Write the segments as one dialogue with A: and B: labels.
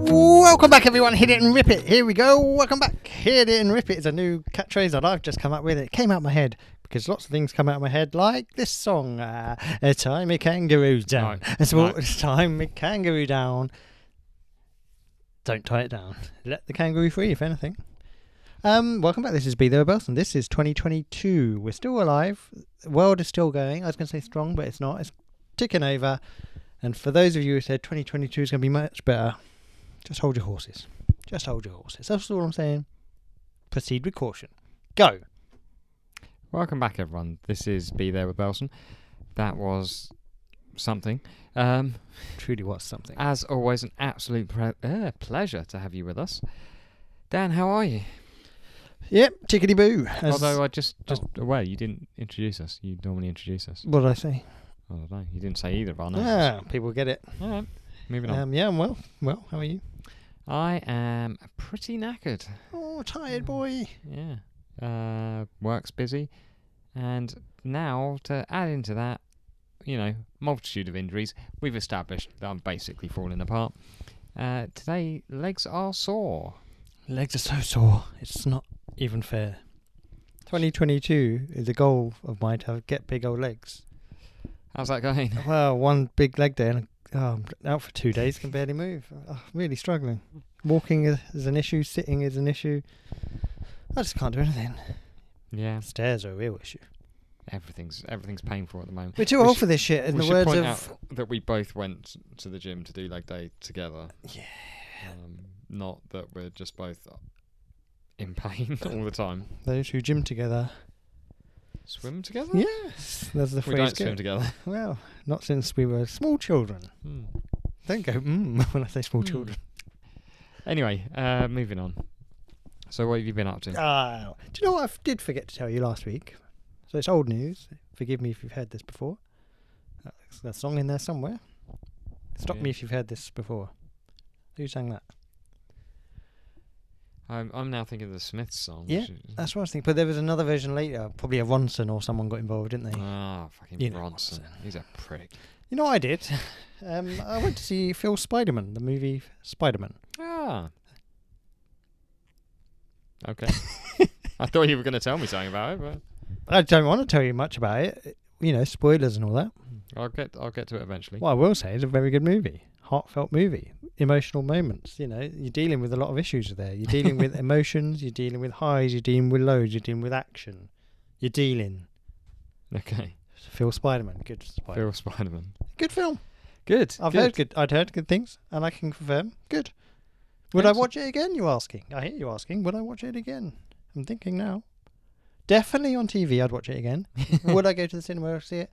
A: Welcome back, everyone. Hit it and rip it. Here we go. Welcome back. Hit it and rip it is a new catchphrase that I've just come up with. It came out of my head because lots of things come out of my head, like this song, uh, "A Time a Kangaroo Down."
B: No,
A: It's
B: no.
A: about time a kangaroo down. Don't tie it down. Let the kangaroo free, if anything. Um, welcome back. This is Be There Belson. This is 2022. We're still alive. The world is still going. I was going to say strong, but it's not. It's ticking over. And for those of you who said 2022 is going to be much better, just hold your horses. Just hold your horses. That's all I'm saying. Proceed with caution. Go.
B: Welcome back, everyone. This is Be There with Belson. That was something. Um,
A: Truly was something.
B: as always, an absolute pre- uh, pleasure to have you with us. Dan, how are you?
A: Yep, tickety boo.
B: Although I just, just well, you didn't introduce us. You normally introduce us.
A: what did I say?
B: I don't know. You didn't say either. I know.
A: Ah, people get it.
B: All right. Moving on.
A: Um, yeah, I'm well. Well, how are you?
B: I am pretty knackered.
A: Oh, tired boy.
B: Yeah. Uh, work's busy. And now, to add into that, you know, multitude of injuries, we've established that I'm basically falling apart. Uh, today, legs are sore.
A: Legs are so sore. It's not even fair. 2022 is a goal of mine to have, get big old legs.
B: How's that going?
A: Well, one big leg day and oh, I'm out for two days, can barely move. Oh, really struggling. Walking is, is an issue, sitting is an issue. I just can't do anything.
B: Yeah,
A: Stairs are a real issue.
B: everything's everything's painful at the moment.
A: We're too
B: We
A: old
B: sh-
A: for this shit, in
B: we
A: the
B: should
A: words
B: point
A: of.
B: out that we both went to the gym to do leg day together.
A: Yeah.
B: Um, not that we're just both in pain all the time.
A: Those who gym together.
B: Swim together?
A: Yes, that's the
B: we
A: phrase.
B: don't swim
A: given.
B: together.
A: Well, not since we were small children.
B: Hmm.
A: Don't go mm when I say small
B: Hmm.
A: children.
B: Anyway, uh, moving on. So, what have you been up to?
A: Ah, do you know what I f- did forget to tell you last week? So it's old news. Forgive me if you've heard this before. That's that song in there somewhere. Stop
B: Yeah.
A: me if you've heard this before. Who sang that?
B: I'm, I'm now thinking of the Smiths song.
A: Yeah,
B: which is-
A: That's what I was thinking. But there was another version later. Probably a Ronson or someone got involved, didn't they?
B: Ah, fucking
A: You know
B: Bronson. He's a prick.
A: You know what I did? um, I went to see Phil Spiderman, the movie Spiderman.
B: Ah. Okay. I thought you were going to tell me something about it,
A: I don't want to tell you much about it. You know, spoilers and all that.
B: but I'll get I'll get to it eventually.
A: What I will say is a very good movie, heartfelt movie, emotional moments. You know, you're dealing with a lot of issues there. You're dealing with emotions. You're dealing with highs. You're dealing with lows. You're dealing with action. You're dealing.
B: Okay.
A: Phil Spiderman, good Spider.
B: Phil Spiderman.
A: Good film.
B: Good.
A: I've
B: good.
A: heard good. I'd heard good things, and I can confirm good. Would I
B: Excellent.
A: watch it again? You're asking. I hear you asking. Would I watch it again? I'm thinking now. Definitely on TV, I'd watch it again. Would I go to the cinema to see it?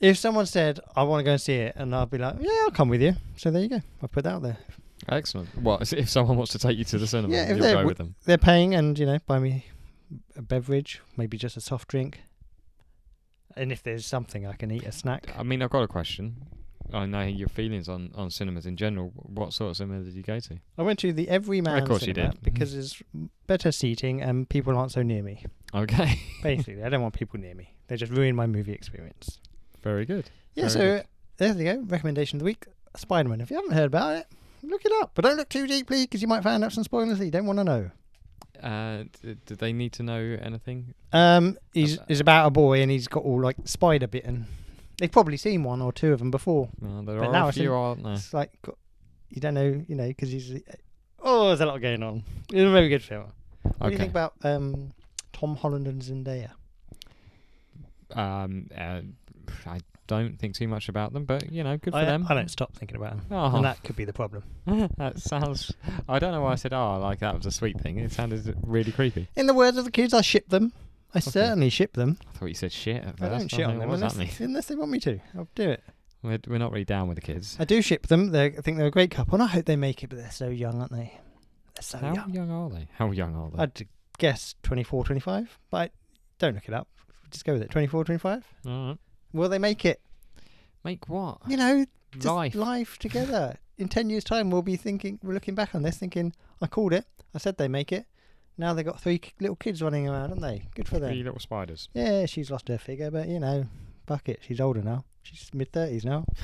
A: If someone said I want to go and see it, and I'd be like, yeah, I'll come with you. So there you go. I put that out there.
B: Excellent. Well, if- if someone wants to take you to the cinema,
A: Yeah, if
B: you'll
A: they
B: go
A: would-
B: with them.
A: They're paying, and you know, buy me a beverage, maybe just a soft drink, and if there's something I can eat, a snack.
B: I mean, I've got a question. I know your feelings on, on cinemas in general. What sort of cinema did you go to?
A: I went to the Everyman
B: Of course you
A: cinema
B: did.
A: because there's better seating and people aren't so near me.
B: Okay.
A: Basically, I don't want people near me. They just ruin my movie experience.
B: Very good.
A: Yeah,
B: Very
A: so there you go. Recommendation of the week: Spider-Man. If you haven't heard about it, look it up, but don't look too deeply because you might find out some spoilers that you don't want to know.
B: Uh, d- do they need to know anything?
A: Um, he's
B: Uh,
A: is about a boy and he's got all like spider bitten. They've probably seen one or two of them before.
B: No, there
A: But
B: are
A: now I
B: a
A: think-
B: few, aren't there?
A: It's like got- you don't know, you know, because he's oh, there's a lot going on. It's a very good film. What do you think
B: Okay.
A: about um, Tom Holland and Zendaya?
B: Um, uh, I don't think too much about them, but you know, good for
A: I,
B: them.
A: I don't stop thinking about him,
B: Oh,
A: and that could be the problem.
B: that sounds. I don't know why I said "ah" like that was a sweet thing. It sounded really creepy.
A: In the words of the kids, I ship them. I certainly ship them.
B: I thought you said shit. At
A: I
B: first.
A: don't shit on
B: think,
A: them
B: What does
A: unless,
B: that mean?
A: unless they want me to. I'll do it.
B: We're, we're not really down with the kids.
A: I do ship them. They're, I think they're a great couple, and I hope they make it. But they're so young, aren't they? They're so
B: How
A: young.
B: young. are they? How young are they?
A: I'd guess 24, 25, but don't look it up. Just go with it. 24, 25.
B: All right.
A: Will they make it?
B: Make what?
A: You know, just
B: Life.
A: together. In 10 years' time, we'll be thinking, we're looking back on this thinking, I called it. I said they make it. Now they've got three k- little kids running around, haven't they? Good for them.
B: Three little spiders.
A: Yeah, she's lost her figure, but you know, fuck it. She's older now. She's mid 30s now.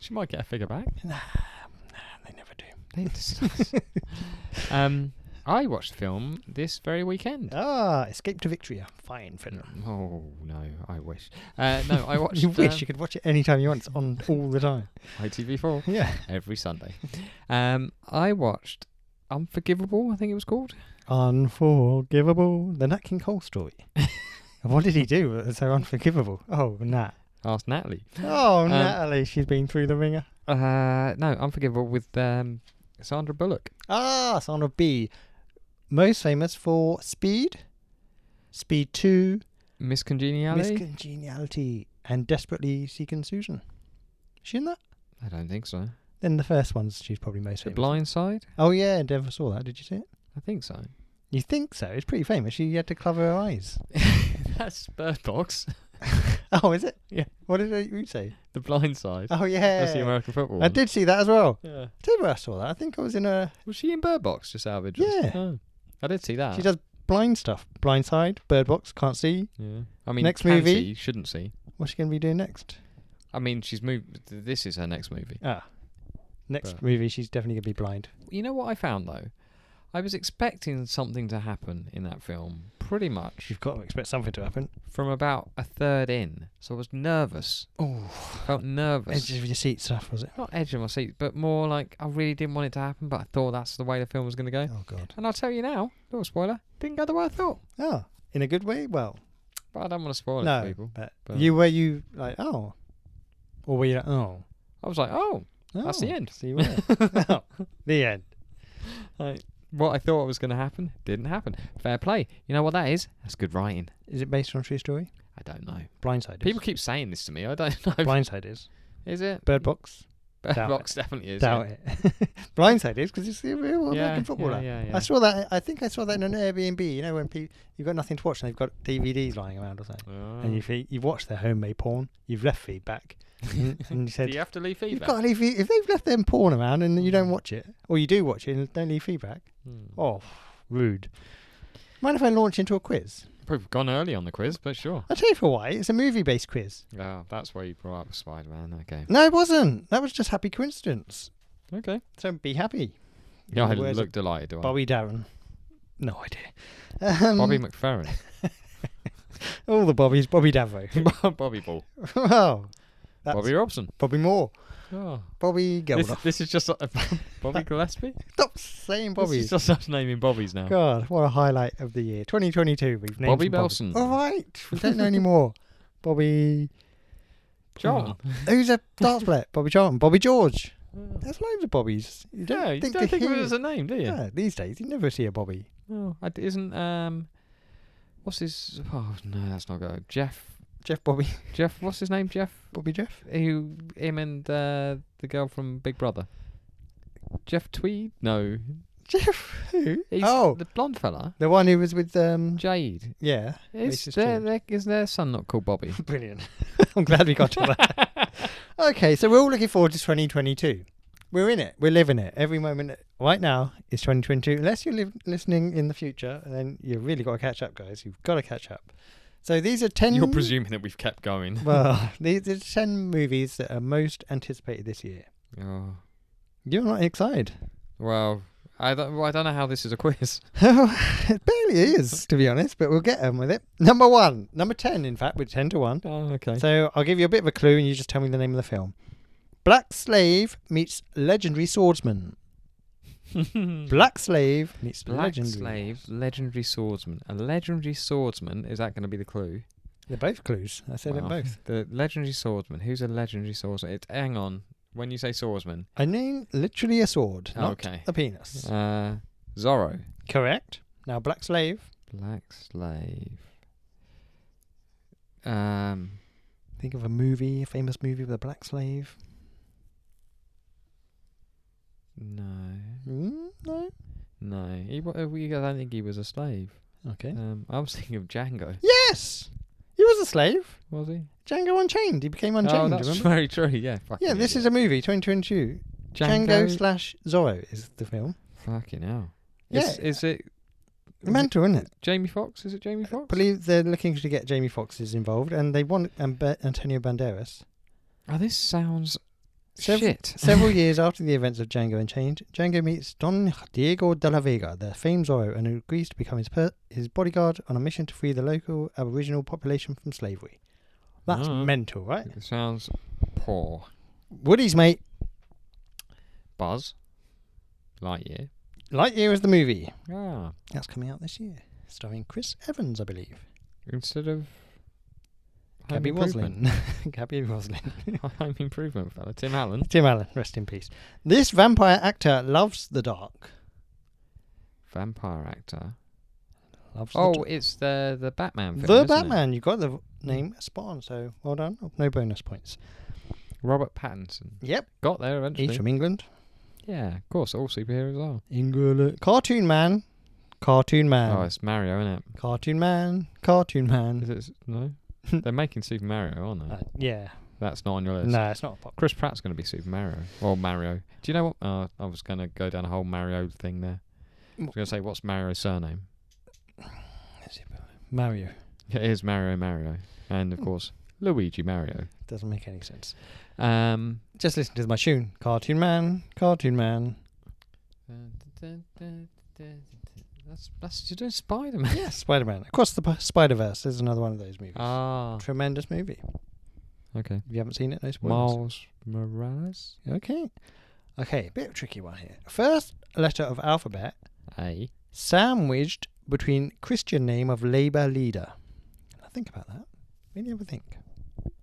B: She might get a figure back.
A: They never do.
B: They discuss. um, I watched the film this very weekend.
A: Ah, Escape to Victoria. Fine film.
B: Oh no, I wish. Uh, no, I watched.
A: you wish
B: um,
A: you could watch it anytime you want. It's on all the time.
B: ITV4
A: Yeah.
B: every Sunday. Um, I watched Unforgivable. I think it was called.
A: Unforgivable. The Nat King Cole story. what did he do that's so unforgivable? Oh, Nat.
B: Asked Natalie.
A: Oh,
B: Um,
A: Natalie. She's been through the ringer.
B: Uh, no, Unforgivable with um, Sandra Bullock.
A: Ah, Sandra B. Most famous for Speed, Speed 2,
B: Miss Congeniality.
A: Miscongeniality, and Desperately Seeking Susan. Is she in that?
B: I don't think so.
A: Then the first one's she's probably most
B: The
A: famous.
B: Blind Side.
A: Oh, yeah, never saw that. Did you see it?
B: I think so.
A: You think so? It's pretty famous. She had to cover her eyes.
B: That's Bird Box.
A: Oh, is it?
B: Yeah.
A: What did you say?
B: The Blind Side.
A: Oh, yeah.
B: That's the American football.
A: I did see that as well.
B: Yeah.
A: I tell you where I saw that. I think I was in a.
B: Was she in Bird Box? Just out of interest.
A: Yeah.
B: Oh, I did see that.
A: She does blind stuff. Blind side, bird box, can't see.
B: Yeah. I mean,
A: Next
B: can
A: movie.
B: see, shouldn't see.
A: What's she going to be doing next?
B: I mean, she's moved. This is her next movie.
A: Ah. Next
B: But-
A: movie, she's definitely going to be blind.
B: You know what I found though? I was expecting something to happen in that film, pretty much
A: You've got to expect something to happen.
B: from about a third in. So I was nervous.
A: Oh,
B: Felt nervous.
A: edge of your seat stuff, was it?
B: Not edge of my seat, but more like I really didn't want it to happen, but I thought that's the way the film was going to go.
A: Oh, God.
B: And I'll tell you now, little spoiler, didn't go the way I thought.
A: Oh, in a good way? Well,
B: But I don't want to spoil it
A: no.
B: for people.
A: but
B: but-
A: you were you like, oh. Or were you like, oh.
B: I was like, oh, that's the
A: oh,
B: end.
A: So you were. Oh, the end.
B: Like, what I thought was going to happen didn't happen. Fair play. You know what that is? That's good writing.
A: Is it based on a true story?
B: I don't know.
A: Blindsiders.
B: People keep saying this to me. I don't know.
A: Blindsiders.
B: is it?
A: Bird box.
B: Bird
A: Doubt
B: Box definitely is.
A: Doubt it. Blindside is because it's the real
B: Yeah,
A: American footballer.
B: yeah,
A: I
B: yeah, yeah.
A: saw that. I think I saw that in an Airbnb. You know when people you've got nothing to watch and they've got DVDs lying around or something,
B: Oh.
A: and you fe- you've watched their homemade porn. You've left feedback, and and you
B: Do
A: said
B: you have to leave
A: you've
B: feedback? Mm.
A: got to leave. If they've left them porn around and you don't watch it, or you do watch it and don't leave feedback,
B: Hmm.
A: oh, rude. Mind if I launch into a quiz?
B: We've gone early on the quiz, but sure.
A: I'll tell you for why. It's a movie-based quiz.
B: Oh, that's where you brought up Spider Man. Okay.
A: No, it wasn't. That was just happy coincidence.
B: Okay.
A: So be happy.
B: Yeah, I
A: In the words of
B: look delighted. Do I?
A: Bobby Darren. No idea. Um,
B: Bobby McFerrin.
A: All the Bobbies. Bobby Davo.
B: Bobby Ball.
A: oh, that's
B: Bobby
A: Bobby.
B: Robson.
A: Moore.
B: Oh.
A: Bobby
B: This,
A: Geldof.
B: this is just like- Bobby Gillespie.
A: Stop saying
B: Bobby. This
A: Bobby.
B: is just us naming Bobbies now.
A: God, what a highlight of the year. 2022. We've named
B: Bobby
A: some Bobbies.
B: Belson.
A: All right. We don't know any more. Bobby.
B: John.
A: Who's a darts player? Bobby Charlton. Bobby George.
B: Oh.
A: There's loads of Bobbies. You don't
B: Yeah, you
A: think,
B: don't
A: to
B: think of it
A: hear-
B: as a name, do you?
A: Yeah, these days you never see a Bobby.
B: Oh, I d- isn't um, what's his? Oh no, that's not good. Jeff,
A: Jeff Bobby.
B: Jeff, what's his name? Jeff,
A: Bobby Jeff.
B: who, him and uh, the girl from Big Brother. Jeff Tweed? No,
A: Jeff who?
B: he's
A: oh,
B: the blonde fella.
A: the one who was with um.
B: Jade.
A: yeah.
B: Is
A: Racist
B: their,
A: Jade.
B: their is their son not called Bobby?
A: Brilliant. I'm glad we got to that. okay, so we're all looking forward to 2022. We're in it. We're living it. Every moment right now is 2022. Unless you're liv listening in the future, then you've really got to catch up, guys. You've got to catch up. So these are 10.
B: You're presuming that we've kept going.
A: Well, these are 10 movies that are most anticipated this year.
B: Oh.
A: You're not excited.
B: Well, I don't. Well, I don't know how this is a quiz.
A: it barely is, to be honest, but we'll get on with it. Number one. Number 10, in fact, we're 10 to 1.
B: Oh, okay.
A: So I'll give you a bit of a clue and you just tell me the name of the film. Black Slave meets Legendary Swordsman. Black Slave meets
B: Hmm. Black
A: Legendary.
B: slave, legendary swordsman. A legendary swordsman is that going to be the clue?
A: They're both clues. I said
B: Wow.
A: it both.
B: The legendary swordsman. Who's a legendary swordsman? It's hang on. When you say swordsman,
A: I mean literally a sword, not
B: Oh, okay.
A: a penis.
B: Uh, Zorro,
A: Correct. Now Black Slave.
B: black slave. Um,
A: Think of a movie, a famous movie with a black slave.
B: no,
A: Mm, no.
B: no. He, wa- uh, we- I don't think he was a slave.
A: Okay.
B: Um, I was thinking of Django.
A: Yes, he was a slave.
B: Was he?
A: Django Unchained. He became unchained.
B: oh, that's
A: remember?
B: very true. Yeah.
A: Yeah, this is a movie. 2022. Django, slash Zorro is the film.
B: Fucking hell.
A: Yeah.
B: Is, is it? is it
A: Mental, isn't it?
B: Jamie Fox? Is it Jamie
A: Uh,
B: Fox?
A: believe they're looking to get Jamie Foxx's involved, and they want um, Antonio Banderas.
B: Oh, this sounds
A: Sev-
B: Shit.
A: Several years after the events of Django Unchained, Django meets Don Diego de la Vega, the famed Zorro, and agrees to become his per- his bodyguard on a mission to free the local Aboriginal population from slavery. That's
B: Ah.
A: mental, right?
B: It sounds poor.
A: Woody's mate,
B: Buzz. Lightyear.
A: Lightyear is the movie.
B: Ah.
A: That's coming out this year, starring Chris Evans, I believe.
B: Instead of. Home
A: Gabby
B: Improvement.
A: Roslin. Gabby Roslin.
B: Home Improvement fella. Tim Allen.
A: Tim Allen, rest in peace. This vampire actor loves the dark.
B: Vampire actor.
A: Loves the
B: Oh, it's the the Batman film.
A: The
B: isn't it?
A: Batman. You got the name spot on, so well done. Oh, No bonus points.
B: Robert Pattinson.
A: Yep.
B: Got there
A: He's
B: eventually.
A: from England.
B: Yeah, of course. All superheroes are.
A: England. Cartoon Man. Cartoon Man.
B: oh, it's Mario, isn't it?
A: Cartoon Man. Cartoon Man.
B: Is it? s- No. They're making Super Mario, aren't they?
A: Uh, yeah.
B: That's not on your list.
A: No, it's not a pop.
B: Chris Pratt's going to be Super Mario. Or Mario. Do you know what? Uh, I was going to go down a whole Mario thing there. I was
A: What?
B: going to say, what's Mario's surname?
A: Mario.
B: Yeah, it is Mario Mario. And, of course, Luigi Mario.
A: Doesn't make any sense.
B: Um,
A: Just listen to my tune. Cartoon Man. Cartoon Man.
B: that's, that's, you're doing Spider Man.
A: Yes, Spider Man. Across the Spider Verse is another one of those movies.
B: Ah,
A: Tremendous movie.
B: okay.
A: If you haven't seen it, no spoilers.
B: Miles Morales?
A: Okay. Okay, bit of a tricky one here. First letter of alphabet
B: A.
A: sandwiched between Christian name of Labour leader. Now think about that. Really have a think.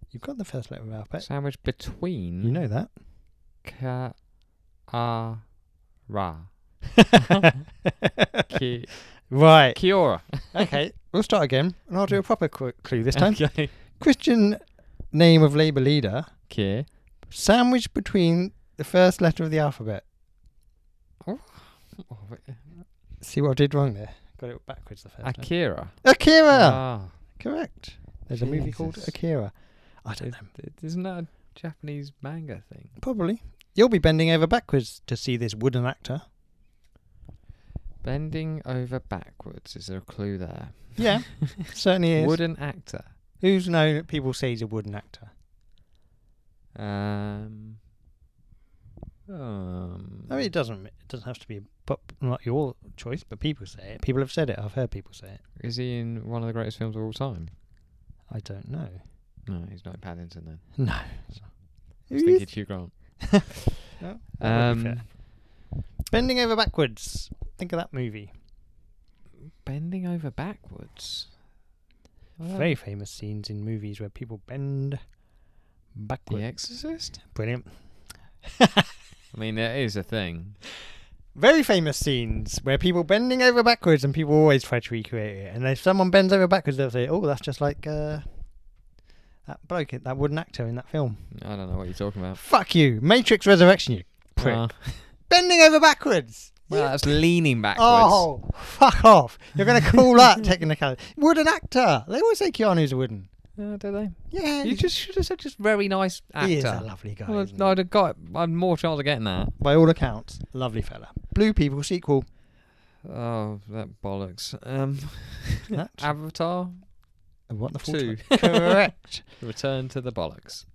A: You've got the first letter of alphabet.
B: Sandwich between.
A: You know that.
B: Ka. A. Ra. Ki.
A: right.
B: Kiora.
A: Okay. We'll start again, and I'll do a proper qu- clue this time.
B: Okay.
A: Christian name of Labour leader
B: Ki.
A: sandwiched between the first letter of the alphabet.
B: Oh,
A: See what I did wrong there. Got it backwards the first time.
B: Akira.
A: Akira.
B: Ah.
A: Correct. There's a movie called
B: Jesus.
A: Akira. I don't know.
B: Isn't that a Japanese manga thing?
A: Probably. You'll be bending over backwards to see this wooden actor.
B: Bending over backwards. Is there a clue there?
A: Yeah, certainly is.
B: Wooden actor.
A: Who's known? People say he's a wooden actor.
B: Um. Um.
A: I mean, it doesn't. It doesn't have to be pop, not your choice, but people say it. People have said it. I've heard people say it.
B: is he in one of the greatest films of all time?
A: I don't know.
B: No, he's not in Paddington then.
A: No.
B: I was thinking Hugh Grant.
A: No, that would be
B: um,
A: fair. Bending over backwards. Think of that movie.
B: bending over backwards. I don't-
A: Very famous scenes in movies where people bend
B: The
A: backwards.
B: Exorcist.
A: Brilliant.
B: I mean, it is a thing.
A: Very famous scenes where people bending over backwards, and people always try to recreate it. And if someone bends over backwards, they'll say, "Oh, that's just like uh, that bloke, that wooden actor in that film."
B: I don't know what you're talking about.
A: Fuck you, Matrix Resurrection, you prick!
B: Ah.
A: Bending over backwards.
B: well,
A: You-
B: that's leaning backwards.
A: oh, fuck off! You're going to call that technicality? Wooden actor. They always say Keanu's a wooden.
B: Uh, do they?
A: Yeah,
B: You just should have said just very nice actor.
A: he is a lovely guy.
B: Well,
A: isn't he?
B: I'd have got. I'd more chance of getting that.
A: By all accounts, lovely fella. Blue People sequel.
B: Oh, that bollocks. Um,
A: That
B: Avatar:
A: what the full
B: Two.
A: title? Correct.
B: Return to the bollocks.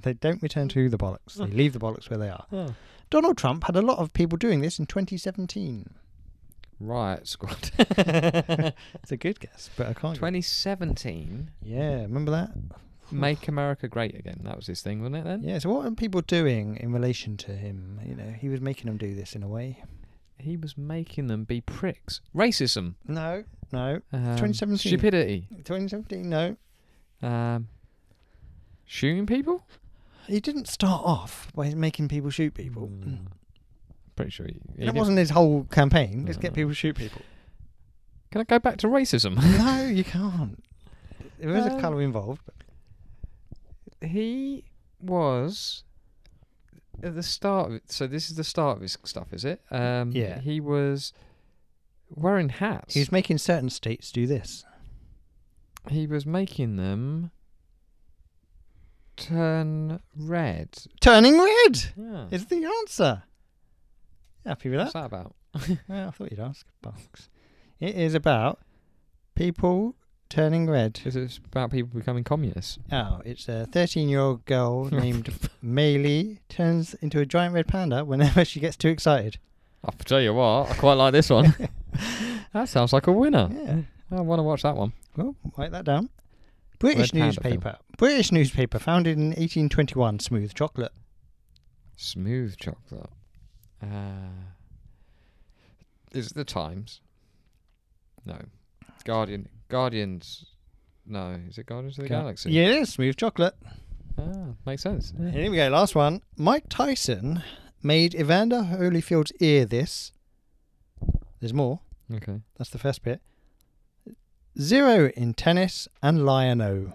A: They don't return to the bollocks. They leave the bollocks where they are.
B: Oh.
A: Donald Trump had a lot of people doing this in 2017.
B: Riot Squad.
A: It's a good guess, but I can't.
B: 2017.
A: yeah, remember that?
B: Make America Great Again. That was his thing, wasn't it? Then
A: Yeah. So what are people doing in relation to him? You know, he was making them do this in a way.
B: he was making them be pricks. Racism.
A: No, no.
B: Um,
A: 2017.
B: Stupidity.
A: 2017. No,
B: Um, shooting people.
A: he didn't start off by making people shoot people.
B: Mm. Pretty sure. He, he
A: That
B: did.
A: wasn't his whole campaign. Just get
B: No.
A: people to shoot people.
B: Can I go back to racism?
A: no, you can't. There is a
B: Um,
A: colour involved. But
B: he was at the start of it, so this is the start of his stuff is it um
A: Yeah.
B: he was wearing hats
A: he was making certain states do this.
B: he was making them turn red
A: Turning red.
B: yeah.
A: is the answer. Happy with
B: what's
A: that?
B: that about
A: Yeah, I thought you'd ask. Box. It is about people turning red.
B: Is it about people becoming communists?
A: Oh, it's a 13 year old girl named Mei Li turns into a giant red panda whenever she gets too excited.
B: I'll tell you what, I quite like this one. that sounds like a winner.
A: Yeah.
B: I want to watch that one.
A: Well, write that down. British
B: Panda film.
A: newspaper. British newspaper founded in 1821. Smooth chocolate.
B: Smooth chocolate. Uh, is it the Times? No. Guardian. Guardians. No. Is it Guardians of the
A: Ga-
B: Galaxy?
A: Yeah, it is. Smooth chocolate.
B: Ah, makes sense. Yeah.
A: Here we go. Last one. Mike Tyson made Evander Holyfield's ear this. There's more.
B: Okay.
A: That's the first bit. Zero in tennis and Lion O.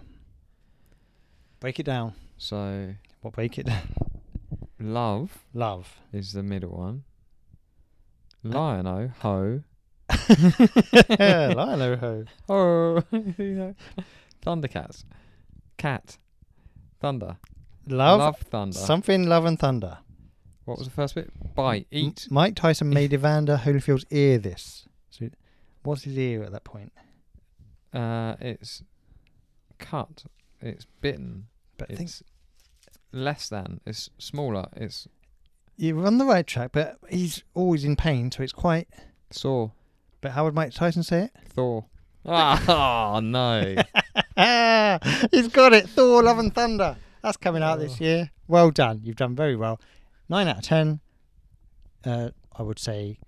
A: Break it down.
B: So,
A: What break it down?
B: love
A: Love.
B: is the middle one.
A: Uh,
B: Lion-O, ho.
A: Lilo ho.
B: Oh, you know. Thundercats. Cat. Thunder.
A: Love,
B: Love thunder.
A: something, love and thunder.
B: what was the first bit? Bite.
A: M-
B: Eat.
A: Mike Tyson made Evander Holyfield's ear this. So, what's his ear at that point?
B: Uh, it's cut. It's bitten.
A: But I think
B: It's less than. It's smaller. It's
A: you're on the right track, but he's always in pain, so it's quite.
B: saw.
A: But how would Mike Tyson say it?
B: Thor. Ah, oh, no.
A: Ah, he's got it. Thor, love and thunder. That's coming out this year. Well done. You've done very well. Nine out of ten. Uh, I would say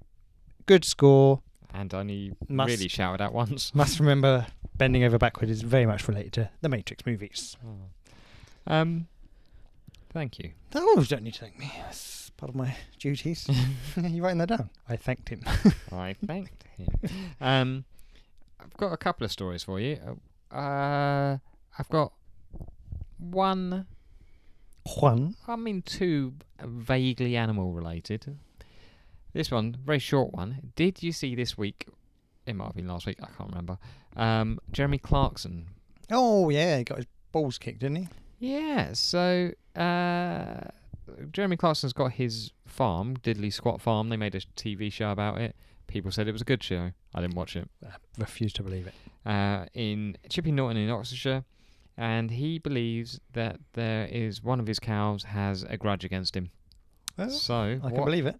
A: good score.
B: and only
A: Must-
B: really shouted at once.
A: Must remember, bending over backward is very much related to the Matrix movies.
B: Um, thank you.
A: Oh, don't need to thank me. That's part of my duties. you writing that down? I thanked him.
B: I thanked him. Um, I've got a couple of stories for you. Uh, I've got one.
A: Juan.
B: I mean, two vaguely animal related. This one, very short one. Did you see this week? It might have been last week. I can't remember. Um, Jeremy Clarkson.
A: Oh, yeah, he got his balls kicked, didn't he?
B: Yeah. So uh, Jeremy Clarkson's got his farm, Diddley Squat Farm. They made a TV show about it. People said it was a good show. I didn't watch it.
A: Refuse to believe it.
B: uh, in Chipping Norton in Oxfordshire, and he believes that there is one of his cows has a grudge against him. so
A: I can
B: what,
A: believe it.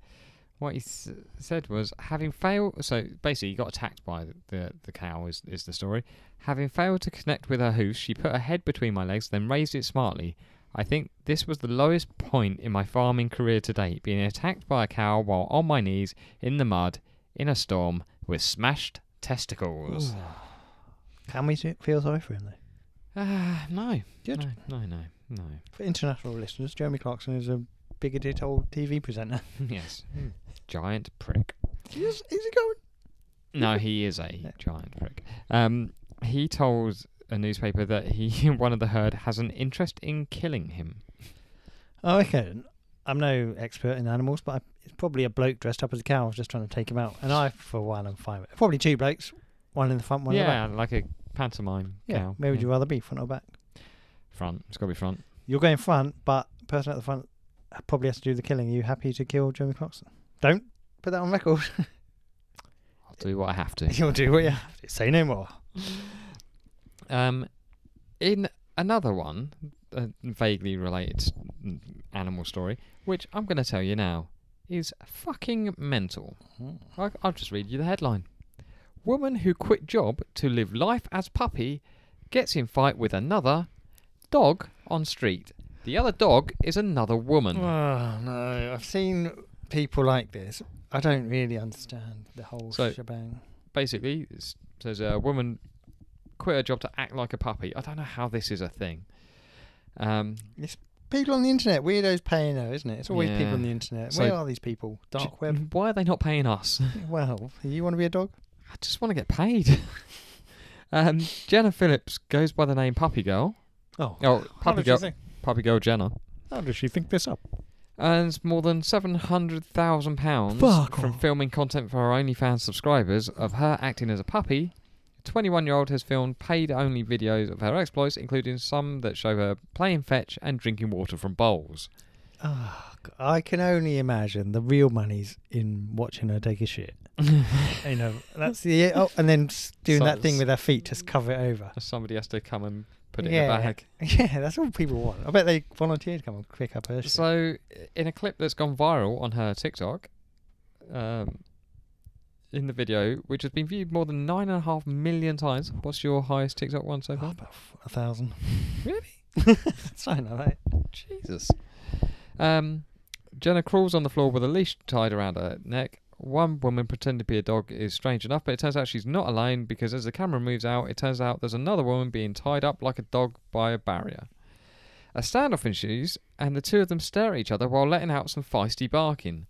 B: what he s- said was having failed. So basically, he got attacked by the, the the cow is is the story. Having failed to connect with her hooves, she put her head between my legs, then raised it smartly. I think this was the lowest point in my farming career to date, being attacked by a cow while on my knees in the mud in a storm with smashed testicles.
A: Can we se- feel sorry for him, though?
B: Ah, no.
A: Good.
B: No, no, no. no.
A: For international listeners, Jeremy Clarkson is a bigoted old TV presenter.
B: yes.
A: Hmm.
B: Giant prick.
A: is, is he going?
B: No, he is a giant prick. Um, he told a newspaper that he one of the herd has an interest in killing him.
A: Oh, okay. I'm no expert in animals, but I, it's probably a bloke dressed up as a cow just trying to take him out. And I, for one, I'm fine with it. Probably two blokes, one in the front, one in the
B: yeah,
A: back.
B: like a pantomime.
A: Yeah.
B: cow.
A: Where would you rather be, front or back?
B: Front. It's got to be front.
A: You're going front, but the person at the front probably has to do the killing. Are you happy to kill Jeremy Clarkson? Don't put that on record.
B: I'll do what I have to.
A: You'll do what you have to. Say no more.
B: Um, in another one, a vaguely related s- n- animal story, which I'm going to tell you now, is fucking mental. I, I'll just read you the headline: Woman who quit job to live life as puppy gets in fight with another dog on street. The other dog is another woman.
A: Oh, no. I've seen people like this. I don't really understand the whole
B: So-
A: shebang.
B: basically it says a woman quit her job to act like a puppy. I don't know how this is a thing. Um,
A: People on the internet, weirdos paying her, isn't it? It's always people
B: Yeah.
A: on the internet.
B: So-
A: Where are these people? Dark web.
B: Why are they not paying us?
A: well, you want to be a dog?
B: I just want to get paid. um, Jenna Phillips goes by the name Puppy Girl.
A: Oh,
B: Oh, Puppy Girl,
A: think?
B: Puppy Girl Jenna
A: How does she think this up?
B: earns more than seven hundred thousand pounds
A: Fuck
B: from
A: off.
B: filming content for her OnlyFans subscribers of her acting as a puppy. Twenty-one-year-old has filmed paid-only videos of her exploits, including some that show her playing fetch and drinking water from bowls.
A: Ah, Oh, I can only imagine the real money's in watching her take a shit. you know, that's the oh, and then s- doing that
B: So-
A: thing with their feet, just cover it over.
B: Somebody has to come and put it in
A: Yeah.
B: a bag.
A: Yeah, that's all people want. I bet they volunteered to come and pick up her. shit.
B: So, in a clip that's gone viral on her TikTok, um, in the video, which has been viewed more than nine and a half million times, what's your highest TikTok one so
A: Oh,
B: far?
A: about f- a thousand.
B: Really?
A: Something like that.
B: Jesus. Um, Jenna crawls on the floor with a leash tied around her neck. One woman pretending to be a dog is strange enough, but it turns out she's not alone because as the camera moves out, it turns out there's another woman being tied up like a dog by a barrier. A standoff ensues, and the two of them stare at each other while letting out some feisty barking.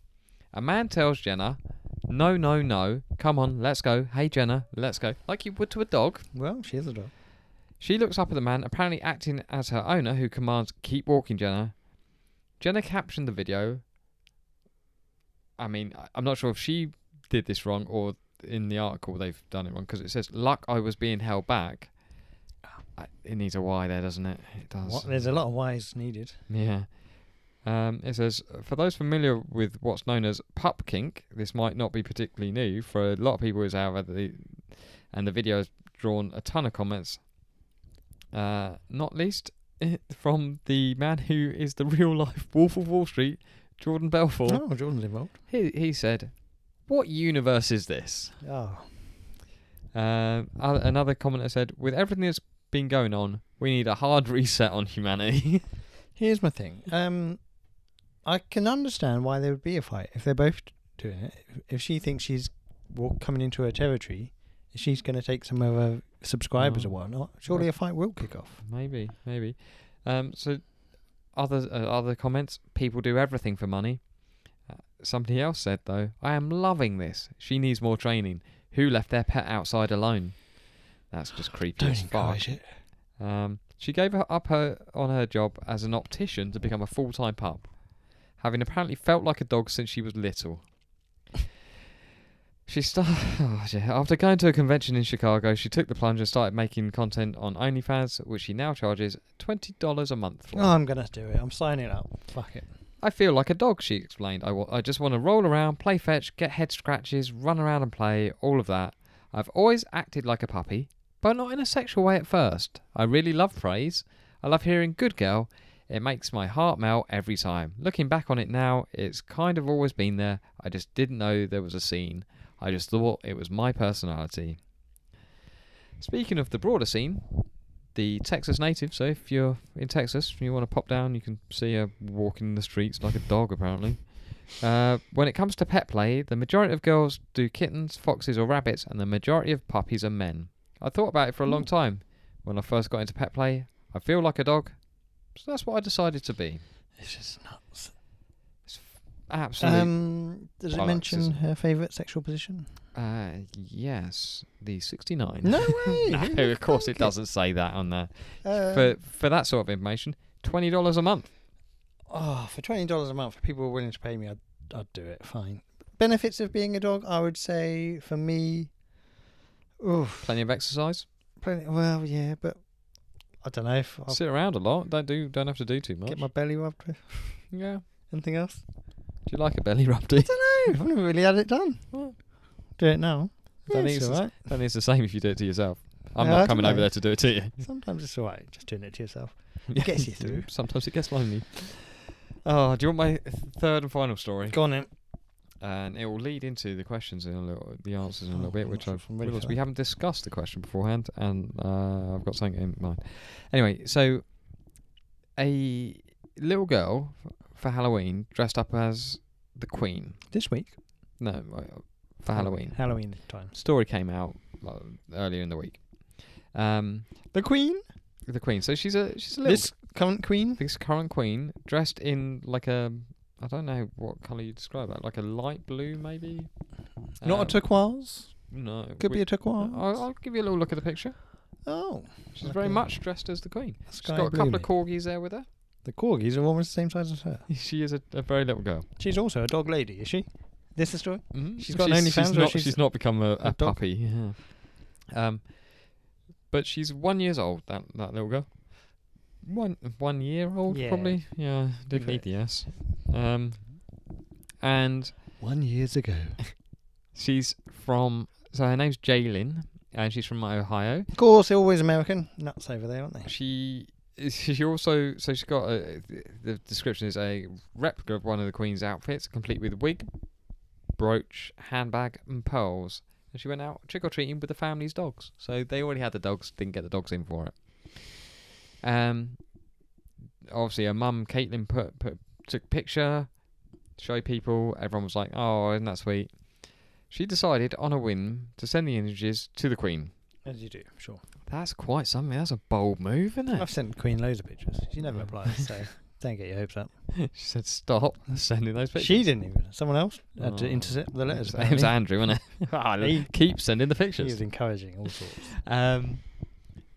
B: A man tells Jenna, No, no, no, come on, let's go. Hey, Jenna, let's go. Like you would to a dog.
A: Well, she is a dog.
B: She looks up at the man, apparently acting as her owner, who commands, Keep walking, Jenna. Jenna captioned the video. I mean, I- I'm not sure if she did this wrong or in the article they've done it wrong because it says, Luck I was being held back. I- It needs a Y there, doesn't it? It does.
A: What? There's a lot of whys needed.
B: Yeah. Um, it says, for those familiar with what's known as pup kink, this might not be particularly new. For a lot of people, is however, the, and the video has drawn a ton of comments. Uh, not least from the man who is the real life Wolf of Wall Street, Jordan Belfort.
A: Oh, Jordan's involved.
B: He, he said, What universe is this?
A: Oh,
B: Um, oth- another commenter said, "With everything that's been going on, we need a hard reset on humanity."
A: here's my thing. Um, I can understand why there would be a fight if they're both doing it. If- If she thinks she's wa- coming into her territory, she's going to take some of her subscribers
B: Oh.
A: or whatnot. Surely a fight will kick off.
B: maybe, maybe. Um, so, other uh, other comments. People do everything for money. Uh, somebody else said though, "I am loving this. She needs more training. Who left their pet outside alone? That's just creepy as fuck."
A: it.
B: Um, she gave her up her on her job as an optician to become a full time pup, having apparently felt like a dog since she was little. She sta- oh, dear. after going to a convention in Chicago, she took the plunge and started making content on OnlyFans, which she now charges twenty dollars a month for.
A: Oh, I'm going to do it. I'm signing up. Fuck it.
B: I feel like a dog, she explained. I wa- I just want to roll around, play fetch, get head scratches, run around and play, all of that. I've always acted like a puppy, but not in a sexual way at first. I really love praise. I love hearing good girl. It makes my heart melt every time. Looking back on it now, it's kind of always been there. I just didn't know there was a scene. I just thought it was my personality. Speaking of the broader scene, the Texas native. So if you're in Texas and you want to pop down, you can see her walking the streets like a dog, apparently. Uh, when it comes to pet play, the majority of girls do kittens, foxes, or rabbits, and the majority of puppies are men. I thought about it for a long
A: Ooh.
B: time. When I first got into pet play, I feel like a dog, so that's what I decided to be.
A: It's just nuts.
B: Absolutely.
A: Um, does it
B: Bollocks,
A: mention
B: isn't it?
A: her favourite sexual position?
B: uh, yes, the 69.
A: No way! Who
B: no,
A: would've
B: of course it
A: thunk
B: doesn't say that on there.
A: Uh,
B: for for that sort of information, twenty dollars a month.
A: oh, for twenty dollars a month, if people were willing to pay me, I'd, I'd do it. Fine. Benefits of being a dog, I would say for me, oof,
B: Plenty of exercise.
A: plenty, well, yeah, but I don't know if I'll
B: Sit around a lot. Don't do. Don't have to do too much.
A: get my belly rubbed with
B: yeah.
A: anything else.
B: Do you like a belly rub? Do you?
A: No, I've never really had it done.
B: Well.
A: Do it now.
B: Don't
A: Yeah, it's
B: need
A: all right.
B: Then it's the same if you do it to yourself. I'm
A: Yeah, I
B: not
A: don't
B: coming over
A: know.
B: there to do it to you.
A: Sometimes it's all right, just doing it to yourself.
B: It
A: gets you through.
B: Sometimes it gets lonely. Oh, do you want my third and final story?
A: Go on then.
B: And it will lead into the questions in a little, the answers in
A: Oh,
B: a little bit,
A: I'm
B: which
A: not
B: I've
A: sure if I'm ready for
B: realised we
A: that.
B: haven't discussed the question beforehand, and uh, I've got something in mind. Anyway, so a little girl f- for Halloween dressed up as the Queen.
A: This week
B: No, uh, for Halloween.
A: Halloween time.
B: Story came out like, earlier in the week. Um,
A: The Queen,
B: the Queen. So she's a she's a little
A: this current Queen.
B: this current queen dressed in like a I don't know what color you describe that like a light blue maybe.
A: Not a
B: Um,
A: turquoise.
B: No,
A: Could be a
B: i
A: turquoise.
B: I'll, I'll give you a little look at the picture.
A: oh,
B: She's very
A: Okay.
B: much dressed as the queen. She's
A: sky
B: got a couple
A: blue.
B: of corgis there with her.
A: The corgis are almost the same size as her.
B: She is a, a very little girl.
A: She's also a dog lady, is she? This the story?
B: Mm-hmm.
A: She's got an OnlyFans
B: She's
A: or
B: not,
A: she's
B: she's not become
A: a
B: a, a,
A: dog?
B: puppy. Yeah. Um, but she's one years old. That that little girl. One one year old
A: Yeah.
B: probably. Yeah, didn't
A: Give
B: need
A: it.
B: the S. Um, and
A: One years ago.
B: She's from. So her name's Jaylin, and she's from Ohio.
A: Of course, they're always American. Nuts over there, aren't they?
B: She she also so she's got a, the description is a replica of one of the queen's outfits, complete with wig, brooch, handbag, and pearls. And she went out trick or treating with the family's dogs. So they already had the dogs, didn't get the dogs in for it. Um, obviously her mum Caitlin put, put took a picture, show people. Everyone was like, "Oh, isn't that sweet?" She decided on a whim to send the images to the queen.
A: As you do, sure.
B: That's quite something. That's a bold move, isn't it?
A: I've sent Queen loads of pictures. She never replies, so don't get your hopes up.
B: She said, "Stop sending those pictures."
A: She didn't even. Someone else had to
B: Oh.
A: intercept the letters.
B: It was, it was
A: apparently.
B: Andrew, wasn't it? Ah, look,
A: He-
B: keep sending the
A: She was
B: pictures.
A: encouraging all sorts.
B: Um,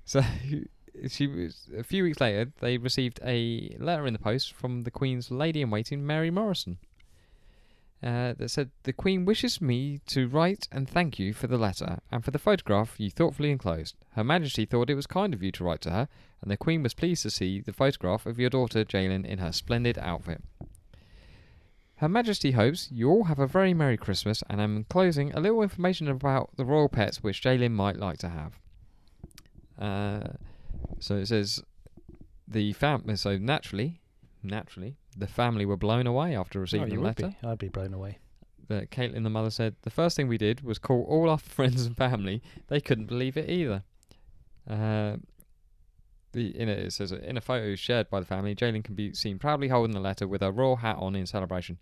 B: so she was a few weeks later. They received a letter in the post from the Queen's lady in waiting, Mary Morrison, uh, that said, "The Queen wishes me to write and thank you for the letter and for the photograph you thoughtfully enclosed. Her Majesty thought it was kind of you to write to her, and the Queen was pleased to see the photograph of your daughter Jalen in her splendid outfit." Her Majesty hopes you all have a very Merry Christmas and I'm enclosing a little information about the royal pets which Jalen might like to have. Uh, so it says the fam. So naturally, naturally, the family were blown away after
A: Oh,
B: receiving
A: you
B: the
A: would
B: letter.
A: Be. I'd be blown away.
B: That Caitlin, the mother, said the first thing we did was call all our friends and family. They couldn't believe it either. Uh, the in a, it says in a photo shared by the family, Jalen can be seen proudly holding the letter with her royal hat on in celebration.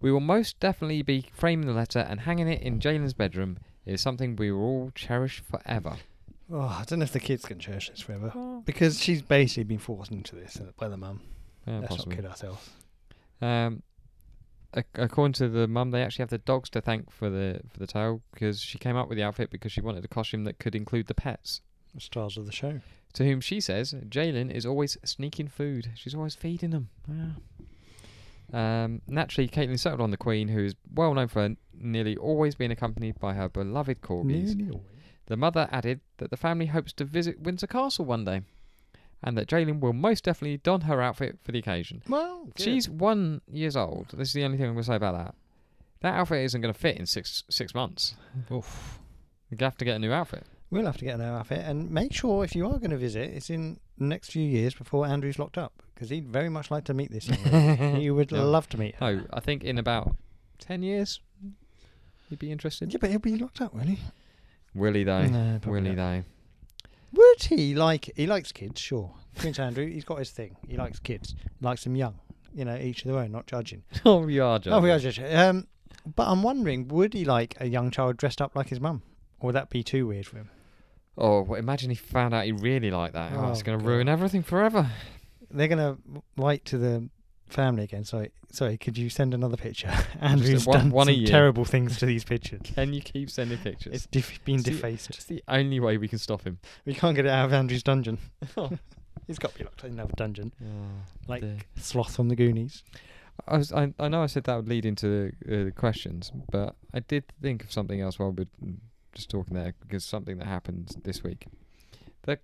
B: We will most definitely be framing the letter and hanging it in Jalen's bedroom. It is something we will all cherish forever.
A: Oh, I don't know if the kids can cherish this forever because she's basically been forced into this uh, by the mum.
B: Yeah,
A: Let's
B: Uh, possibly.
A: not kid ourselves.
B: Um, ac- according to the mum, they actually have the dogs to thank for the for the tale because she came up with the outfit because she wanted a costume that could include the pets.
A: Stars of the show.
B: To whom she says, Jalen is always sneaking food. She's always feeding them. Um, naturally, Caitlin settled on the Queen, who is well known for nearly always being accompanied by her beloved corgis. The mother added that the family hopes to visit Windsor Castle one day, and that Jalen will most definitely don her outfit for the occasion.
A: Well, good.
B: She's one years old. This is the only thing I'm going to say about that. That outfit isn't going to fit in six six months.
A: Oof.
B: You have to get a new outfit.
A: We'll have to get an hour off it and make sure if you are going to visit, it's in the next few years before Andrew's locked up because he'd very much like to meet this young lady. He would
B: Yeah.
A: love to meet her.
B: No, I think in about ten years, you'd be interested.
A: Yeah, but he'll be locked up, will he?
B: Will he though?
A: No, probably
B: Will he
A: not.
B: though?
A: Would he like? He likes kids, sure. Prince Andrew, he's got his thing. He likes kids. likes them young. You know, each of their own, not judging.
B: oh, we are
A: Oh, we are judging. Um, but I'm wondering, would he like a young child dressed up like his mum? Or would that be too weird for him?
B: Oh, well, imagine he found out he really liked that. Oh, it's
A: Oh,
B: going to
A: God.
B: ruin everything forever.
A: They're gonna write to the family again. Sorry, sorry. Could you send another picture? Andrew's
B: one-
A: done
B: one a
A: some
B: year.
A: terrible things to these pictures.
B: Can you keep sending pictures?
A: It's def- been
B: It's the-
A: defaced.
B: It's the only way we can stop him.
A: We can't get it out of Andrew's dungeon. He's got to be locked in another dungeon, like
B: dear.
A: Sloth from the Goonies.
B: I, was, I, I know I said that would lead into uh, the questions, but I did think of something else while we're just talking there because something that happened this week. The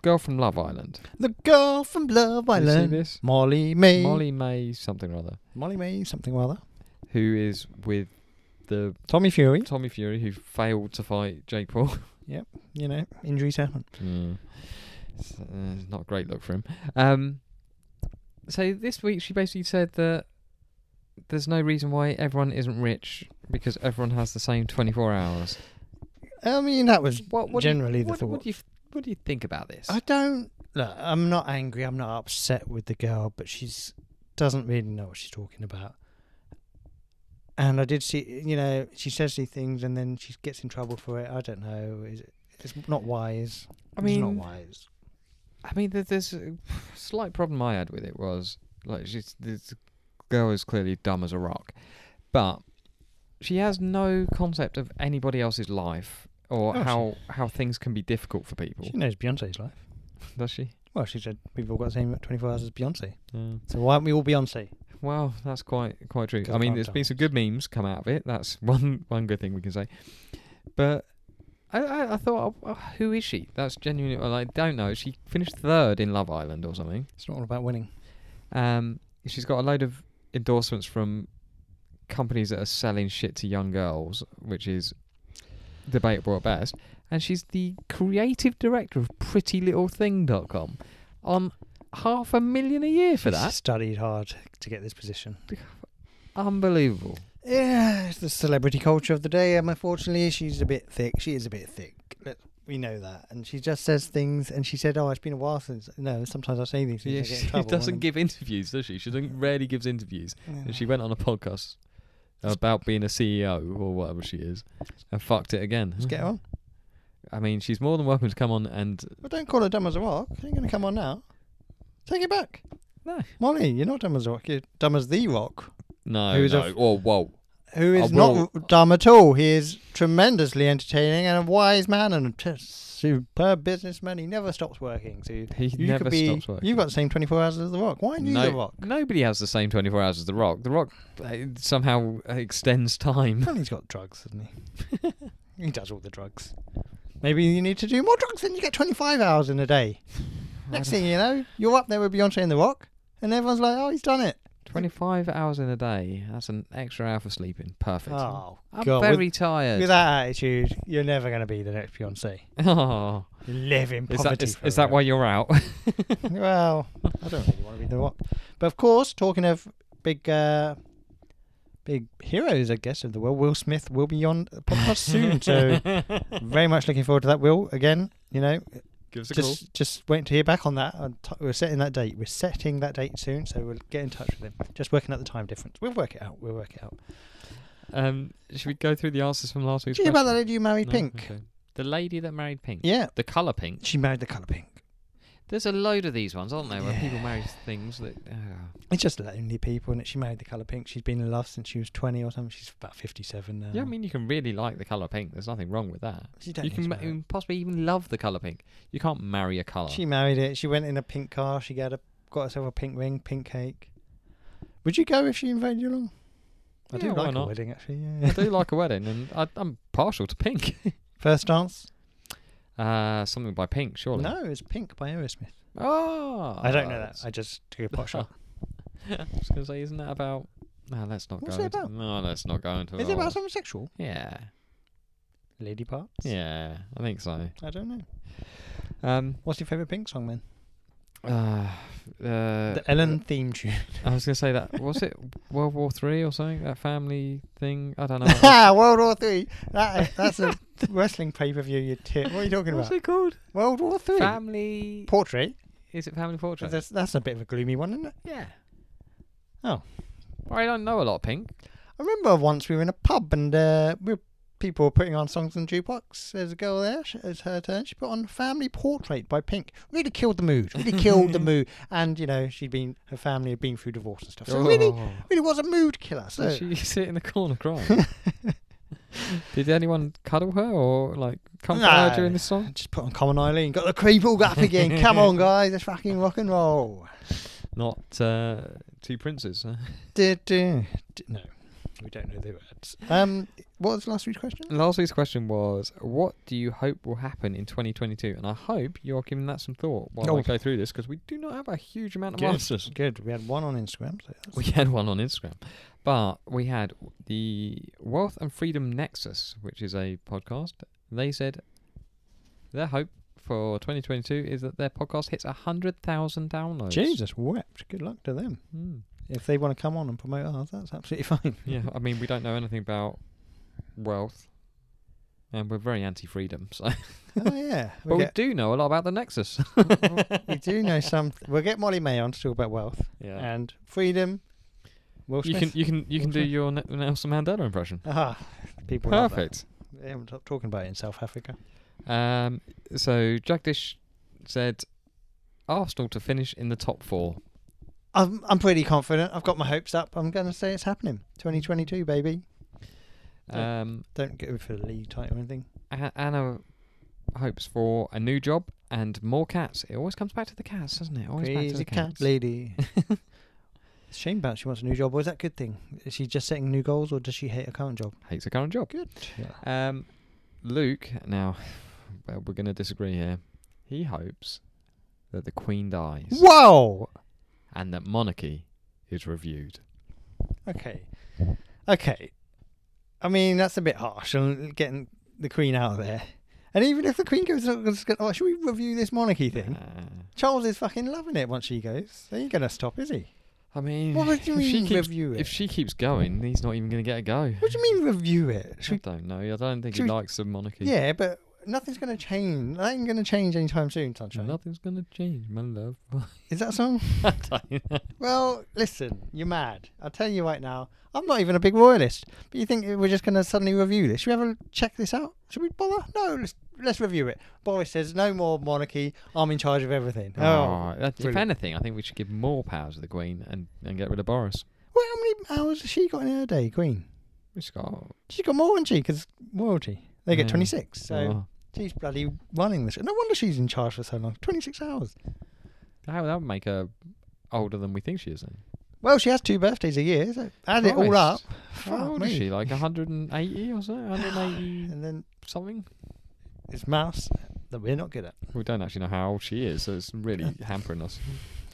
B: girl from Love Island.
A: The girl from Love
B: Did you see
A: Island,
B: this?
A: Molly May.
B: Molly May something or other,
A: Molly May, something rather.
B: who is with the
A: Tommy Fury.
B: Tommy Fury who failed to fight Jake Paul.
A: You know, injuries happen.
B: Mm. It's, uh, it's not a great look for him. Um, so this week she basically said that there's no reason why everyone isn't rich because everyone has the same 24 hours.
A: I mean, that was
B: What, what do you-
A: generally the
B: what,
A: thought.
B: What do you what do you think about this?
A: I don't. Look, I'm not angry. I'm not upset with the girl, but she's doesn't really know what she's talking about. And I did see, you know, she says these things and then she gets in trouble for it. I don't know. Is it, it's not wise.
B: I
A: it's not
B: mean-
A: wise.
B: I mean, there- there's a slight problem I had with it was like she's, this girl is clearly dumb as a rock, but she has no concept of anybody else's life or
A: Oh, she-
B: how how things can be difficult for people.
A: She knows Beyonce's life.
B: Does she?
A: Well, she said we've all got the same 24 hours as Beyonce. So why aren't we all Beyonce?
B: Well, that's quite quite true.
A: Because
B: I mean,
A: I'm
B: there's been some
A: dumb.
B: good memes come out of it. That's one one good thing we can say. But I I, I thought, uh, who is she? That's genuinely. Well, I don't know. She finished third in Love Island or something.
A: It's not all about winning.
B: Um, she's got a load of endorsements from companies that are selling shit to young girls, which is debatable at best. And she's the creative director of PrettyLittleThing.com on half a million a year for
A: She's
B: that.
A: Studied hard to get this position.
B: Unbelievable.
A: Yeah, it's the celebrity culture of the day. Um, unfortunately, she's a bit thick. She is a bit thick. Let- We know that. And she just says things. And she said, "Oh, it's been a while since." No, sometimes I say these things. I
B: Yeah,
A: get in
B: she
A: trouble,
B: doesn't
A: and-
B: give interviews, does she? She doesn't, rarely gives interviews.
A: Yeah.
B: And she went on a podcast about being a CEO or whatever she is and fucked it again.
A: Let's get her on.
B: Mm-hmm. I mean, she's more than welcome to come on and
A: Well, don't call her dumb as a rock. She ain't going to come on now. Take it back,
B: no,
A: Molly. You're not dumb as a rock. You're dumb as the rock,
B: no,
A: Who's a
B: no.
A: f-
B: or whoa,
A: who
B: I
A: is
B: will-
A: not r- dumb at all. He is tremendously entertaining and a wise man and a t- superb businessman. He never stops working. So you,
B: he
A: you
B: never
A: could be.
B: stops working.
A: You've got the same 24 hours as the rock. Why are you the rock?
B: Nobody has the same 24 hours as The Rock. The Rock uh, somehow extends time.
A: Well, he's got drugs, hasn't he? he does all the drugs. Maybe you need to do more drugs and you get 25 hours in a day. Next thing you know, you're up there with Beyonce and The Rock, and everyone's like, oh, he's done it.
B: 25 hours in a day. That's an extra hour for sleeping. Perfect.
A: Oh,
B: I'm
A: God.
B: very
A: with,
B: tired.
A: with that attitude, you're never going to be the next Beyonce.
B: oh,
A: You live in
B: is
A: poverty.
B: that, is,
A: for
B: is that
A: real.
B: why you're out?
A: Well, I don't really want to be The Rock. But of course, talking of big. Uh, Big heroes, I guess, of the world. Will Smith will be on the podcast soon, so very much looking forward to that. Will again, you know,
B: Give us a
A: just just waiting to hear back on that. I'm t- We're setting that date. We're setting that date soon, so we'll get in touch with him. Just working out the time difference. We'll work it out. We'll work it out.
B: call. Um, should we go through the answers from last week's
A: Did you hear about
B: question?
A: that lady who married
B: No?
A: Pink?
B: Okay. The lady that married Pink.
A: Yeah,
B: The colour Pink.
A: she married the colour pink.
B: There's a load of these ones, aren't there, where people
A: Yeah.
B: marry things that. ah.
A: It's just lonely people, and she married the colour pink. She's been in love since she was twenty or something. She's about fifty-seven now.
B: yeah, I mean, you can really like the colour pink. There's nothing wrong with that.
A: she don't
B: you
A: need
B: can
A: to
B: ma-
A: marry.
B: possibly even love the color pink. You can't marry a color.
A: She married it. She went in a pink car. She got a got herself a pink ring, pink cake. Would you go if she invited you along? I
B: Yeah,
A: do
B: why
A: like a
B: not?
A: wedding actually.
B: I
A: Yeah.
B: do like a wedding, and I, I'm partial to pink.
A: First dance?
B: Uh, something by Pink, surely.
A: No, it's Pink by Aerosmith.
B: Oh,
A: I don't know that. I just took a pot shot.
B: I was going to say, isn't that about? No, let's not
A: What's
B: go.
A: it
B: into- No, let's not go into.
A: Is it
B: all
A: about
B: that.
A: something sexual?
B: Yeah,
A: Lady parts?
B: yeah, I think so.
A: I don't know.
B: Um,
A: What's your favourite Pink song then?
B: uh, uh,
A: the Ellen theme tune.
B: I was going to say that. Was it World War Three or something? That family thing? I don't know. what it was.
A: Ha! World War Three. That, that's a wrestling pay per view. You tip. What are you talking
B: What's
A: about?
B: it called?
A: World War Three.
B: Family.
A: Portrait.
B: Is it Family Portrait?
A: That's, that's a bit of a gloomy one, isn't it?
B: Yeah.
A: Oh.
B: I don't know a lot of Pink.
A: I remember once we were in a pub and uh, we were, people were putting on songs in jukebox. There's a girl there. She, it's her turn. She put on Family Portrait by Pink. Really killed the mood. Really killed the mood. And you know she'd been her family had been through divorce and stuff. So really,
B: Oh.
A: really was a mood killer. So
B: Did she sit in the corner crying? Did anyone cuddle her or like comfort her
A: No.
B: during this song?
A: Just put on Common Eileen. Got the creep all up again. Come on, guys. Let's fucking rock and roll.
B: Not uh, two princes. Huh?
A: Du- du- du- No, we don't know the words. Um, what was last week's question?
B: Last week's question was, "What do you hope will happen in 2022?" And I hope you're giving that some thought while I
A: Oh.
B: go through this because we do not have a huge amount of
A: Good.
B: answers.
A: Good. We had one on Instagram. So that's
B: We had one on Instagram, but we had the Wealth and Freedom Nexus, which is a podcast. They said their hope for 2022 is that their podcast hits 100,000 downloads.
A: Jesus wept. Good luck to them.
B: Mm.
A: If they want to come on and promote ours, that's absolutely fine.
B: Yeah, I mean, we don't know anything about wealth, and we're very anti freedom, so.
A: oh yeah.
B: But
A: We'll
B: we
A: get-
B: do know a lot about the Nexus.
A: we do know some. We'll get Molly May on to talk about wealth
B: yeah.
A: and freedom. Will
B: Uh, You
A: Smith.
B: can you can you can do
A: Smith.
B: your Ne- Nelson Mandela impression.
A: ah, people. love that.
B: Perfect.
A: They haven't stopped talking about it in South Africa.
B: Um, so Jagdish said Arsenal to finish in the top four.
A: I'm, I'm pretty confident. I've got my hopes up. I'm going to say it's happening. 2022, baby. Yeah.
B: Um,
A: Don't go for the league title or anything.
B: A- Anna hopes for a new job and more cats. It always comes back to the cats, doesn't it? Always back to
A: Crazy
B: the
A: cat
B: cats.
A: lady. It's a shame about she wants a new job. Was that a good thing? Is she just setting new goals or does she hate her current job?
B: Hates her current job.
A: Good.
B: Um, Luke, now well, we're going to disagree here. He hopes that the Queen dies
A: Wow.
B: and that monarchy is reviewed.
A: Okay. Okay. I mean, that's a bit harsh on getting the Queen out of there. And even if the Queen goes, oh, should we review this monarchy thing?
B: Uh,
A: Charles is fucking loving it once she goes. He ain't going to stop, is he?
B: I mean,
A: What would you
B: if she
A: mean
B: keeps,
A: review it?
B: if she keeps going, he's not even going to get a go.
A: What do you mean review it? Should
B: I don't know. I don't think
A: should
B: he
A: we-
B: likes the monarchy.
A: we, yeah, but nothing's going to change. That ain't going to change anytime soon, Sunshine.
B: Nothing's going to change, my love.
A: Is that a song?
B: I don't know.
A: Well, listen, you're mad. I'll tell you right now, I'm not even a big royalist. But you think we're just going to suddenly review this? Should we ever check this out? Should we bother? No, let's, let's review it. Boris says, no more monarchy. I'm in charge of everything. Oh,
B: Oh, that- if
A: brilliant.
B: anything, I think we should give more powers to the Queen and, and get rid of Boris.
A: Well, how many hours has she got in her day, Queen?
B: It's got
A: She's got more, hasn't she? Because royalty. They get
B: Yeah.
A: 26. So
B: oh,
A: she's bloody running this. No wonder she's in charge for so long. 26 hours.
B: how that would make her older than we think she is. Then.
A: Well, she has two birthdays a year. So add it all up.
B: Christ. How
A: Fuck
B: old
A: me.
B: is she? Like 180 or so? 180
A: And then
B: something?
A: it's mouse that we're not good at.
B: We don't actually know how old she is, so it's really hampering us.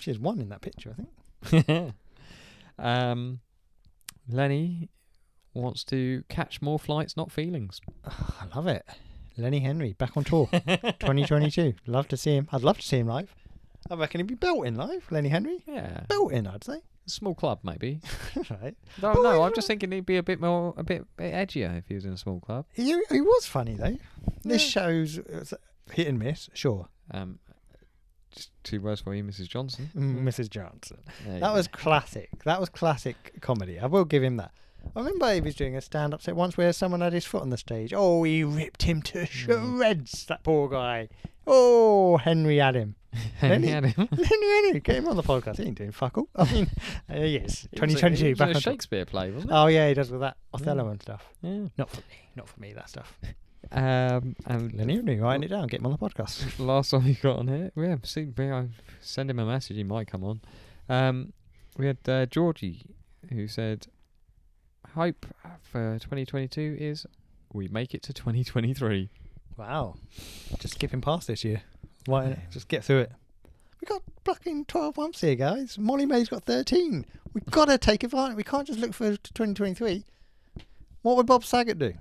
A: She has one in that picture, I think.
B: um, Lenny wants to catch more flights, not feelings.
A: I love it. Lenny Henry back on tour 2022. Love to see him. I'd love to see him live. I reckon he'd be built in live, Lenny Henry.
B: Yeah,
A: Built in, I'd say.
B: small club maybe.
A: right.
B: No,
A: But
B: no,
A: why
B: I'm
A: not?
B: just thinking he'd be a bit more, a bit, bit edgier if he was in a small club.
A: He, he was funny, though. This show's it's hit and miss, sure.
B: Um, just two words for you, Mrs. Johnson.
A: Mm, Mrs. Johnson.
B: There you
A: That
B: go.
A: was classic. That was classic comedy. I will give him that. I remember he was doing a stand up set once where someone had his foot on the stage. Oh, he ripped him to shreds, that poor guy. Oh, Henry had him.
B: And he
A: Lenny-
B: had him.
A: Lenny Henry, get him on the podcast. He ain't doing fuck all. I mean, uh, yes,
B: It was a- it
A: 2022.
B: was
A: Back
B: a
A: on track.
B: Shakespeare play, wasn't it?
A: Oh, yeah, he does with that Othello and stuff.
B: yeah.
A: Not for me. Not for me, that stuff.
B: Um, and
A: Lenny Henry, writing it down. Get him on the podcast.
B: last one he got on here. Yeah, see, may I send him a message. He might come on. Um, we had uh, Georgie who said, "Hope for 2022 is we make it to 2023."
A: Wow. Just skipping past this year. Why not? Just get through it. We got fucking 12 months here, guys. Molly May's got 13. We've got to take advantage. We can't just look for 2023. What would Bob Saget do?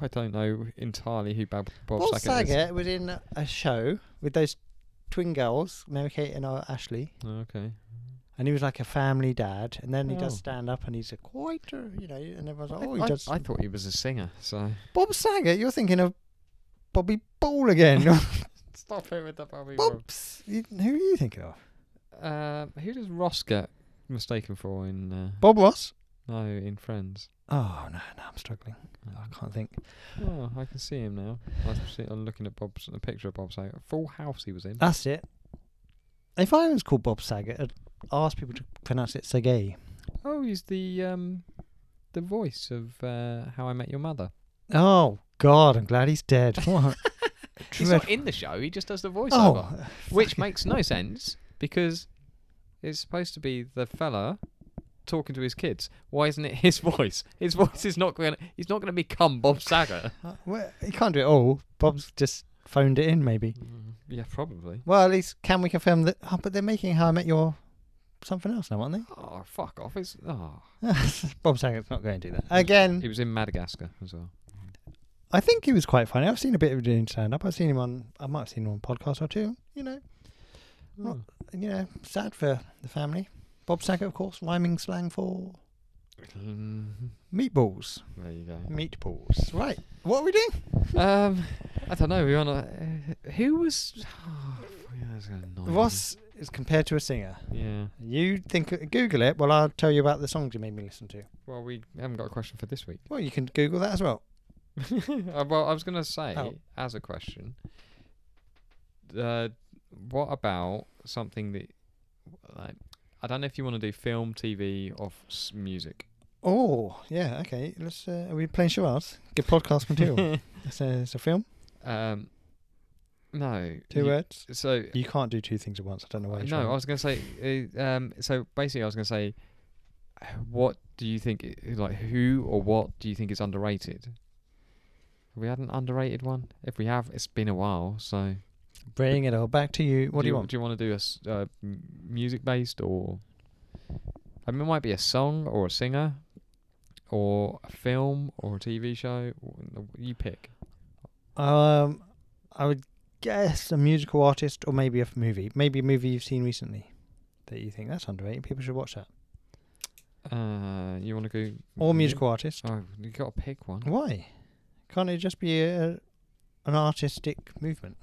B: I don't know entirely who Bob, Bob,
A: Bob,
B: Saget,
A: Saget,
B: is.
A: was in a show with those twin girls, Mary Kate and uh, Ashley,
B: Oh, okay.
A: and he was like a family dad. And then he
B: Oh.
A: does stand up and he's a quite, uh, you know, and everyone's like,
B: I-
A: oh, he
B: I,
A: does.
B: I thought he was a singer. So
A: Bob Saget, you're thinking of Bobby Ball again.
B: stop it with the Bobby.
A: Bob's. you- Who are you thinking of?
B: Um, who does Ross get mistaken for in? Uh,
A: Bob Ross?
B: no, in Friends.
A: Oh, no, no, I'm struggling.
B: Mm.
A: I can't think.
B: Oh, I can see him now. I see, I'm looking at Bob's a picture of Bob Saget. Full House he was in.
A: That's it. If I was called Bob Saget, I'd ask people to pronounce it Sergei.
B: Oh, he's the um, the voice of uh, How I Met Your Mother.
A: Oh, God, I'm glad he's dead. What?
B: He's not in the show. He just does the voiceover,
A: oh,
B: which makes no sense because it's supposed to be the fella talking to his kids. Why isn't it his voice? His voice is not going. to He's not going to become Bob Saget.
A: uh, well, he can't do it all. Bob's just phoned it in, maybe.
B: Mm, yeah, probably.
A: Well, at least can we confirm that? Oh, but they're making How I Met Your something else now, aren't they?
B: Oh, fuck off! It's, oh.
A: Bob Saget's not going to do that again.
B: He was in Madagascar as well.
A: I think he was quite funny. I've seen a bit of him doing stand up. I've seen him on. I might have seen him on podcast or two. You know, Not-
B: Oh.
A: you know, sad for the family. Bob Saget, of course, rhyming slang for
B: Mhm.
A: meatballs.
B: There you go.
A: Meatballs. Right. What are we doing?
B: Um, I don't know. We want to. who was? Oh, yeah, that's gonna annoy me.
A: Ross is compared to a singer.
B: Yeah.
A: You think Google it. Well, I'll tell you about the songs you made me listen to.
B: Well, we haven't got a question for this week.
A: Well, you can Google that as well.
B: Uh, well, I was gonna say
A: Oh.
B: as a question. Uh, what about something that, like, I don't know if you want to do film, TV, or f- s- music.
A: Oh, yeah. Okay. Let's. Uh, are we playing charades? Good podcast material. it's, a, it's a film.
B: Um, no.
A: Two
B: you-
A: words.
B: So
A: You can't do two things at once. I don't know why. you're
B: No, I
A: trying.
B: was going to say. uh, Um, so basically, I was going to say, what do you think? i- Like, who or what do you think is underrated? Have we had an underrated one? If we have, it's been a while. So,
A: Bring it all back to you. What do, you want?
B: Do you want to do a s- uh, music based or? I mean, it might be a song or a singer, or a film or a TV show? You pick.
A: Um, I would guess a musical artist or maybe a f- movie. Maybe a movie you've seen recently that you think that's underrated. People should watch that.
B: Uh, you want to go?
A: Or musical artist.
B: Oh, you got to pick one.
A: Why? Can't it just be a, an artistic movement?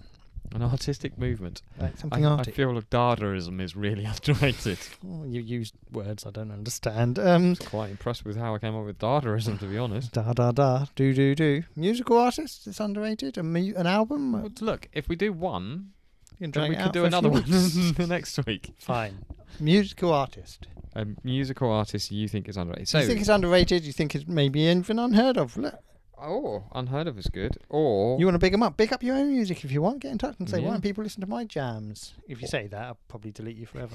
B: An artistic movement.
A: Like something
B: I, I
A: arty.
B: feel like Dadaism is really underrated.
A: Oh, you used words I don't understand. Um,
B: Quite impressed with how I came up with Dadaism, to be honest.
A: da da da, do do do. Musical artist, it's underrated. A mu- an album.
B: Well, look, if we do one,
A: you can drag
B: then we
A: it
B: can
A: out
B: do
A: for a
B: another
A: few
B: one
A: weeks.
B: next week.
A: Fine. Musical artist.
B: A musical artist you think is underrated. So,
A: you think it's underrated? You think it's maybe even unheard of? Look,
B: oh, unheard of is good. Or
A: you want to big them up? Big up your own music if you want. Get in touch and say, why
B: Yeah.
A: don't people listen to my jams? If you say that, I'll probably delete you forever.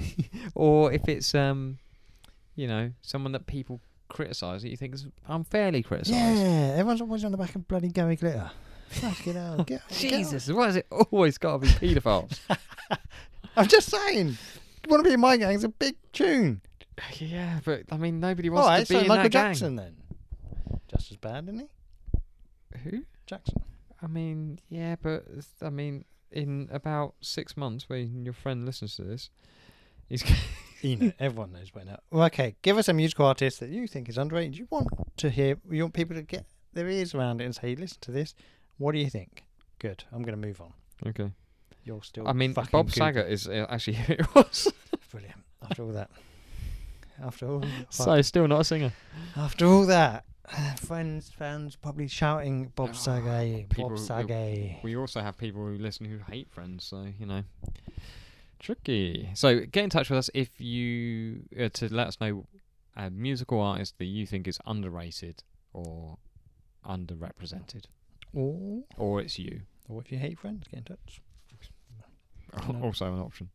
B: or if it's um, you know, someone that people criticise that you think is unfairly criticised.
A: yeah, everyone's always on the back of bloody Gary Glitter. Fucking hell. Get, get on.
B: Jesus, why has it always got to be paedophiles?
A: I'm just saying. Want to be in my gang is a big tune.
B: yeah, but I mean, nobody
A: All
B: wants
A: right,
B: to be
A: so
B: in
A: Michael
B: that
A: Jackson then. Just as bad, isn't he?
B: gang. Who?
A: Jackson.
B: I mean, yeah, but it's- I mean, in about six months, when your friend listens to this, he's g-
A: You know, everyone knows by now. Well, okay, give us a musical artist that you think is underrated. You want to hear, you want people to get their ears around it and say, listen to this. What do you think? Good. I'm going to move on.
B: okay.
A: You're still.
B: I mean,
A: fucking
B: Bob
A: Goog-
B: Saget is uh, actually who it was.
A: Brilliant. After all that. After all.
B: so still not a singer.
A: After all that. Friends, fans probably shouting
B: Ah,
A: Bob Saget,
B: people-
A: Bob Saget.
B: We also have people who listen who hate Friends, so you know, tricky. So get in touch with us if you uh, to let us know a musical artist that you think is underrated or underrepresented,
A: Or,
B: or it's you.
A: or if you hate friends, get in touch.
B: Al-
A: No.
B: Also an option.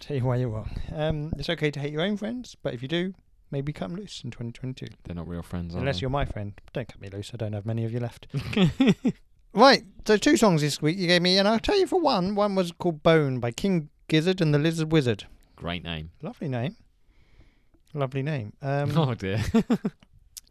A: Tell you why you're wrong. Um, it's okay to hate your own friends, but if you do, maybe cut 'em loose in 2022.
B: They're not real friends, are
A: Unless
B: they?
A: you're my friend. Don't cut me loose. I don't have many of you left. Right. So, two songs this week you gave me, and I'll tell you for one. One was called Bone by King Gizzard and the Lizard Wizard.
B: Great name.
A: Lovely name. Lovely name. Um,
B: oh dear.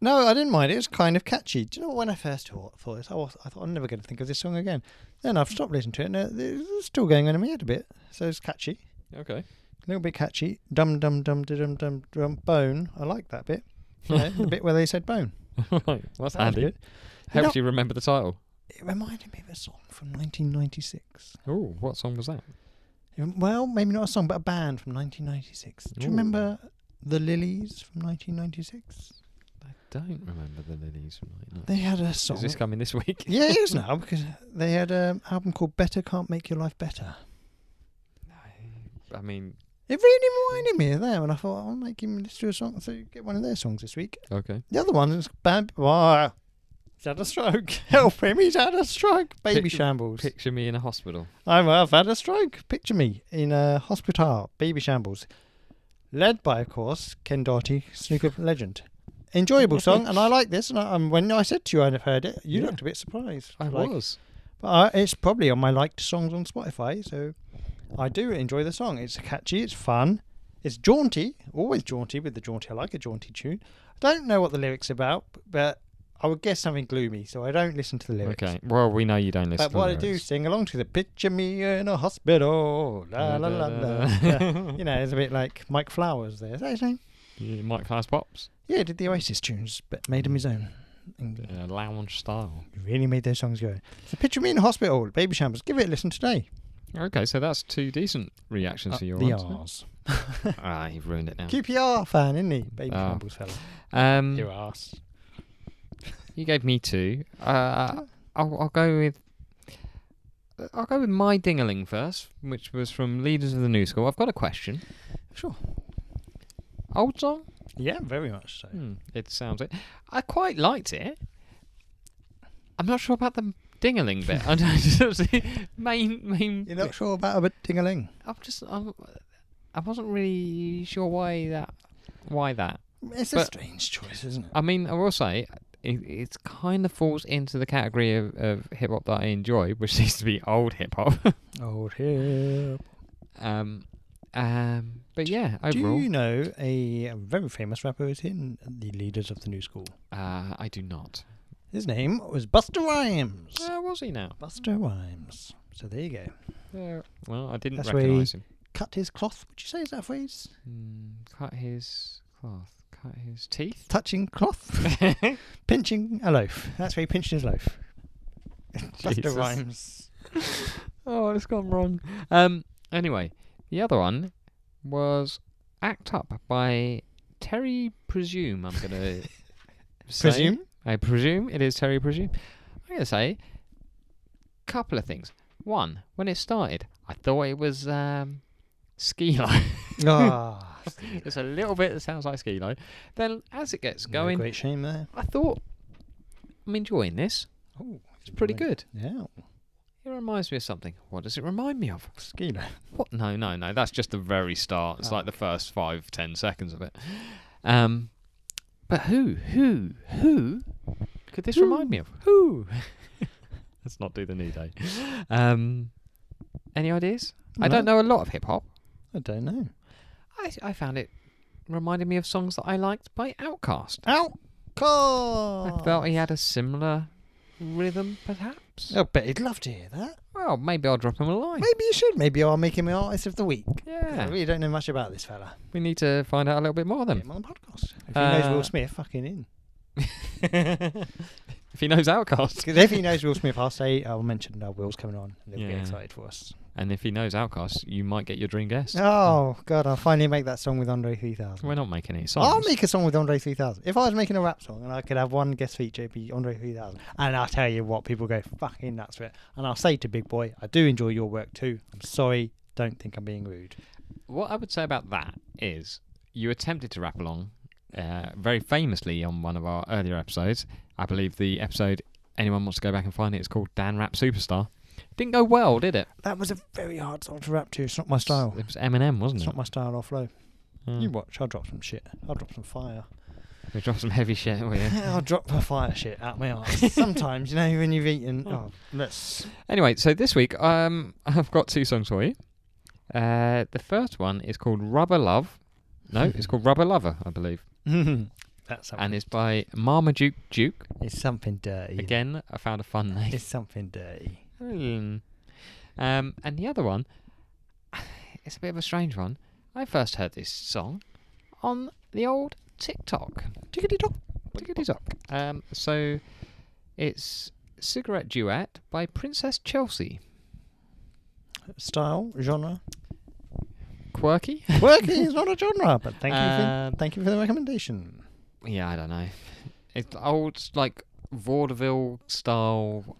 A: No, I didn't mind. It was kind of catchy. Do you know when I first thought, thought this, I, was, I thought I'm never going to think of this song again. Then I've stopped listening to it, and it- it's still going on in my head a bit. So it's catchy,
B: Okay.
A: a little bit catchy. Dum dum dum da dum dum dum bone. I like that bit. You know, the bit where they said bone.
B: right. That's
A: That was
B: handy.
A: good.
B: Helps
A: know-
B: you remember the title.
A: It reminded me of a song from 1996.
B: Oh, what song was that?
A: Um, Well, maybe not a song, but a band from 1996. Do you
B: Ooh.
A: remember the Lilies from 1996?
B: I don't remember the lilies from night.
A: They had a song.
B: Is this coming this week?
A: yeah, it is now because they had an album called Better Can't Make Your Life Better.
B: I mean,
A: It really reminded me of them, and I thought I'll make him let's do a song. So get one of their songs this week.
B: okay.
A: The other one is Bad. Wow. He's had a stroke. Help him! He's had a stroke. Baby
B: Pic-
A: shambles.
B: Picture me in a hospital.
A: I'm, I've had a stroke. Picture me in a hospital, baby shambles. Led by, of course, Ken Doherty, snooker legend. Enjoyable song, and I like this. And, I, and when I said to you I'd have heard it, you
B: Yeah.
A: looked a bit surprised.
B: I
A: Like,
B: was.
A: But uh, it's probably on my liked songs on Spotify, so I do enjoy the song. It's catchy, it's fun, it's jaunty, always jaunty with the jaunty. I like a jaunty tune. I don't know what the lyrics about, but I would guess something gloomy, so I don't listen to the lyrics.
B: Okay. Well, we know you don't listen.
A: But what I do sing along to the picture me in a hospital, la la la la. Yeah. you know, it's a bit like Mike Flowers there. Is that his name?
B: Mike Fast Pops.
A: Yeah, he did the Oasis tunes, but made them his own. And
B: Uh, lounge style.
A: he really made those songs go. So picture me in a hospital, baby shambles. Give it a listen today.
B: Okay, so that's two decent reactions
A: Up
B: to your
A: the
B: ones.
A: arse.
B: Ah, you've ruined it now.
A: QPR fan, isn't he? Baby
B: Ah.
A: shambles fella.
B: Um,
A: Your ass.
B: You gave me two. Uh, I'll, I'll go with. I'll go with my dingaling first, which was from Leaders of the New School. I've got a question.
A: Sure.
B: Old song?
A: Yeah, very much so.
B: Hmm, it sounds like. I quite liked it. I'm not sure about the dingaling bit. I don't main main.
A: You're not
B: bit.
A: sure about a bit ting-a-ling?
B: I'm just. I'm, I wasn't really sure why that. Why that?
A: It's a
B: But-
A: strange choice, isn't it?
B: I mean, I will say it, it kind of falls into the category of, of hip hop that I enjoy, which seems to be old hip hop.
A: Old hip.
B: um, Um, but yeah, overall,
A: Do you know a very famous rapper who's in the Leaders of the New School?
B: uh, I do not.
A: His name was Buster Rhymes.
B: Where was he now?
A: Buster Rhymes. So there you go.
B: There- well, I didn't
A: That's where he-
B: recognise him.
A: Cut his cloth. Would you say is that a phrase?
B: Mm, cut his cloth. Cut his teeth.
A: Touching cloth. pinching a loaf. That's where he pinched his loaf. Buster
B: Jesus.
A: Rhymes.
B: oh, it's gone wrong. Um. Anyway, the other one was Act Up by Terry Presume. I'm gonna say.
A: Presume?
B: I presume it is Terry Presume. I'm gonna say couple of things. One, when it started, I thought it was um, Skilo.
A: Ah,
B: it's a little bit that sounds like Skilo. Then as it gets
A: going.
B: going,
A: Great shame there.
B: I thought I'm enjoying this.
A: Oh,
B: It's pretty good.
A: Yeah.
B: It reminds me of something. What does it remind me of?
A: Skeeter.
B: What? No, no, no. That's just the very start. It's
A: Oh,
B: like the first five, ten seconds of it. Um, but who, who, who could this remind me of? Who? Let's not do the new day. Um, any ideas? I don't know a lot of hip hop.
A: I don't know.
B: I I found it reminded me of songs that I liked by Outkast.
A: Outcast.
B: I felt he had a similar rhythm, perhaps.
A: I bet Oh, he'd love to hear that.
B: Well, maybe I'll drop him a line.
A: Maybe you should. Maybe I'll make him an artist of the week. I
B: Yeah,
A: really don't know much about this fella.
B: we need to find out a little bit more
A: Get
B: then.
A: him on the podcast. If he knows
B: Uh,
A: Will Smith, fucking in.
B: if he knows Outcast.
A: Because if he knows Will Smith, I'll say I'll mention uh, Will's coming on, and they'll
B: Yeah.
A: get excited for us.
B: And if he knows Outcast, you might get your dream guest.
A: Oh God, I'll finally make that song with Andre 3000.
B: We're not making any songs.
A: I'll make a song with Andre 3000. If I was making a rap song and I could have one guest feature, it'd be Andre 3000. And I'll tell you what, people go fucking nuts for it. And I'll say to Big Boy, I do enjoy your work too. I'm sorry, don't think I'm being rude.
B: What I would say about that is you attempted to rap along uh, very famously on one of our earlier episodes. I believe the episode, anyone wants to go back and find it, it's called Dan Rap Superstar. Didn't go well, did it?
A: That was a very hard song to rap to. It's not my style.
B: It was Eminem, wasn't
A: It's
B: it? Hmm.
A: not my style off low.
B: Yeah.
A: You watch, I'll drop some shit. I'll drop some fire.
B: We dropped some heavy shit, haven't we?
A: I'll drop my fire shit out my ass. Sometimes, you know, when you've eaten.
B: Hmm.
A: Oh, let's.
B: Anyway, so this week um, I've got two songs for you. Uh, the first one is called Rubber Love. No, it's called Rubber Lover, I believe,
A: That's something.
B: and it's by Marmaduke Duke.
A: it's something dirty.
B: Again, I found a fun name.
A: It's something dirty.
B: Hmm. Um, and the other one, it's a bit of a strange one. I first heard this song on the old TikTok.
A: Tickety tock.
B: Tickety tock. Um, so it's Cigarette Duet by Princess Chelsea.
A: Style, genre.
B: Quirky?
A: Quirky is not a genre, but thank you.
B: Uh,
A: for, thank you for the recommendation.
B: yeah, I don't know. It's old, like vaudeville style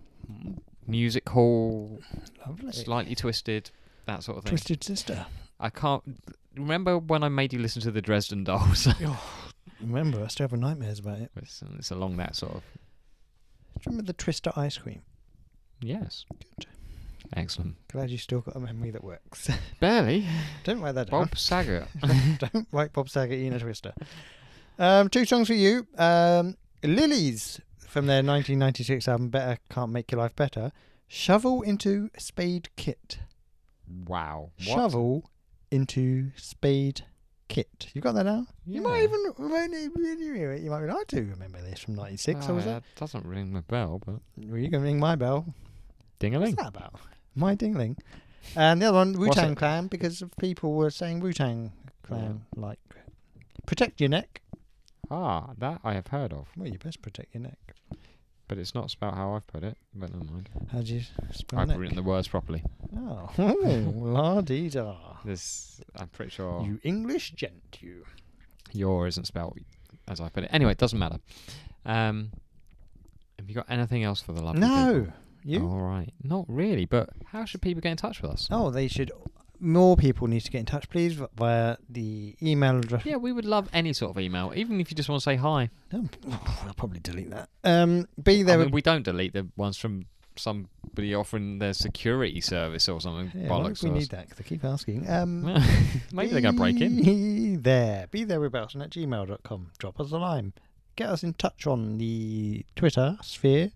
B: music hall,
A: Lovely.
B: slightly twisted, that sort of thing.
A: Twisted Sister.
B: I can't remember when I made you listen to the Dresden Dolls.
A: Remember, I still have nightmares about it.
B: it's, it's along that sort of
A: Do you remember the Twister ice cream?
B: yes.
A: Good.
B: Excellent.
A: Glad you still got a memory that works.
B: Barely.
A: Don't write that down.
B: Bob Saget.
A: Don't write Bob Saget in a Twister. Um, two songs for you. Um, Lilies from their 1996 album Better Can't Make Your Life Better. Shovel into Spade Kit.
B: Wow. What?
A: Shovel into Spade Kit. You got that now? You might
B: Yeah.
A: even when you- when you hear it, you might be like, I do remember this from '96. I
B: Oh,
A: was
B: yeah,
A: that.
B: that doesn't ring the bell, but
A: Were you going to ring my bell?
B: ding a
A: What's
B: ling.
A: that about? My dingling. And the other one, Wu
B: What's
A: Tang
B: it?
A: Clan, because of people were saying Wu Tang Clan like, protect your neck.
B: Ah, that I have heard of,
A: Well, you best protect your neck.
B: but it's not spelled how I've put it. But never mind.
A: How do you spell
B: I've
A: neck?
B: written the words properly.
A: Oh, oh la dee da.
B: This, I'm pretty sure
A: You English gent, you.
B: your isn't spelled as I put it. Anyway, it doesn't matter. Um, have you got anything else for the lovely
A: no,
B: people? Oh.
A: you.
B: All right. Not really, but how should people get in touch with us?
A: Oh. they should. More people need to get in touch, please, via the email address.
B: Yeah, we would love any sort of email, even if you just want to say hi.
A: Um, I'll probably delete that. Um, be
B: I
A: there.
B: mean, we don't delete the ones from somebody offering their security service or something.
A: Yeah, why
B: Bollocks.
A: do we
B: to
A: need that because they keep asking. Um,
B: us. Maybe they're going to break in.
A: Be there. Be there with Belton at gmail.com. Drop us a line. Get us in touch on the Twitter sphere.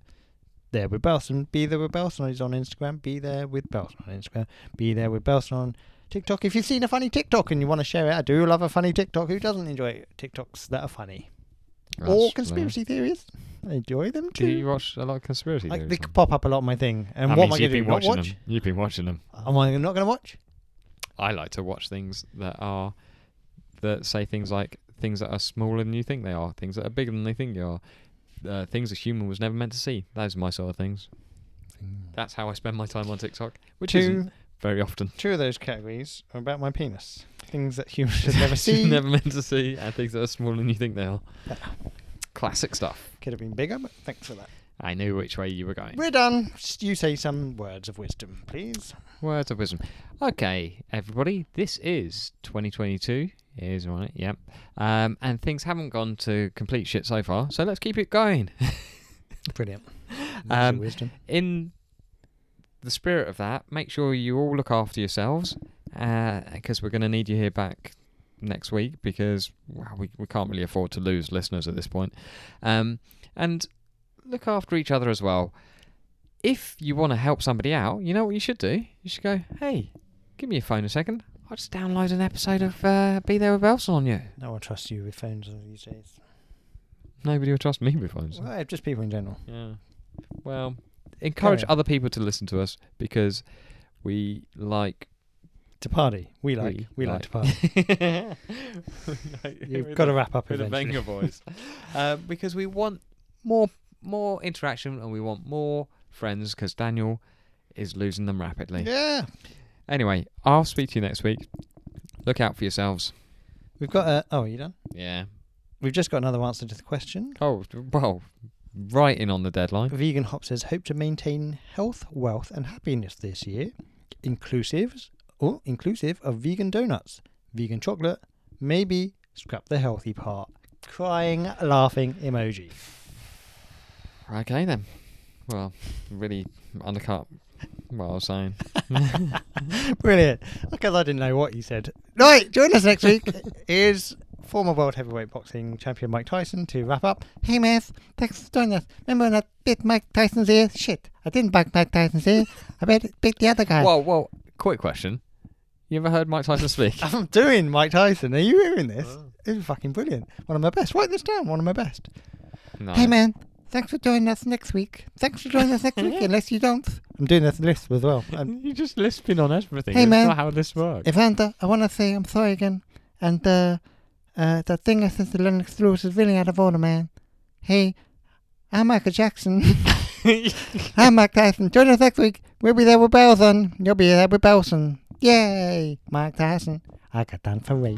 A: There with Belson. Be there with Belson is on Instagram. Be there with Belson on Instagram. Be there with Belson on TikTok. If you've seen a funny TikTok and you want to share it, I do love a funny TikTok. Who doesn't enjoy TikToks that are funny? or
B: That's
A: conspiracy theories. I enjoy them
B: hilarious. Do
A: too.
B: you watch a lot of conspiracy
A: like
B: theories?
A: they
B: then?
A: could pop up a lot on my thing. And
B: That
A: what am I going
B: means you've
A: to do?
B: been
A: Not
B: watching
A: watch?
B: them. You've been watching them.
A: Am I not going to watch?
B: I like to watch things that are that say things like things that are smaller than you think they are, things that are bigger than they think they are, uh, things a human was never meant to see. Those are my sort of things. That's how I spend my time on TikTok, which isn't
A: Two,
B: very often.
A: two of those categories are about my penis. Things that humans should never see.
B: never meant to see, and things that are smaller than you think they are. Classic stuff.
A: Could have been bigger, but thanks for that.
B: I knew which way you were going.
A: We're done. S- You say some words of wisdom, please.
B: Words of wisdom. Okay, everybody, this is 2022. Is right, yep. Um, and things haven't gone to complete shit so far, so let's keep it going.
A: Brilliant.
B: Um,
A: wisdom.
B: in the spirit of that, make sure you all look after yourselves because we're going to need you here back next week because wow, we, we can't really afford to lose listeners at this point. Um, and look after each other as well. If you want to help somebody out, you know what you should do? You should go, hey, give me your phone a second. I'll just download an episode of uh, Be There with Belson on you.
A: No one trusts you with phones these days.
B: Nobody will trust me with phones.
A: Well, just people in general.
B: Yeah. Well, encourage
A: on.
B: other people to listen to us because we like.
A: To party. We like. We, like, to party. You've got to wrap up
B: with a
A: eventually.
B: banger voice, uh, because we want more more interaction and we want more friends because Daniel is losing them rapidly.
A: Yeah.
B: Anyway, I'll speak to you next week. Look out for yourselves.
A: We've got a. Oh, are you done?
B: Yeah.
A: We've just got another answer to the question.
B: Oh well, right in on the deadline.
A: Vegan Hop says, hope to maintain health, wealth, and happiness this year, inclusives or inclusive of vegan donuts, vegan chocolate, maybe scrap the healthy part. Crying, laughing emoji.
B: Okay then. Well, really undercut what I was saying.
A: Brilliant. Because I didn't know what you said. Right, join us next week. Is former world heavyweight boxing champion Mike Tyson to wrap up. Hey, Miss, thanks for joining us. Remember when I bit Mike Tyson's ear? Shit, I didn't bite Mike Tyson's ear. I bet it bit the other guy.
B: Whoa, whoa. Quick question. You ever heard Mike Tyson speak?
A: I'm doing Mike Tyson. Are you hearing this? It's fucking brilliant. One of my best. Write this down. One of my best.
B: no.
A: Hey, man. Thanks for joining us next week. Thanks for joining us next week, unless you don't. I'm doing this list as well. Um,
B: You're just lisping on everything.
A: Hey,
B: It's
A: man.
B: not how this works.
A: Evander, I want to say I'm sorry again. And uh, uh, that thing I said to Lennox Lewis is really out of order, man. Hey, I'm Michael Jackson. I'm Mike Tyson. Join us next week. We'll be there with Belson. You'll be there with Belson. Yay! Mike Tyson. I got done for rape.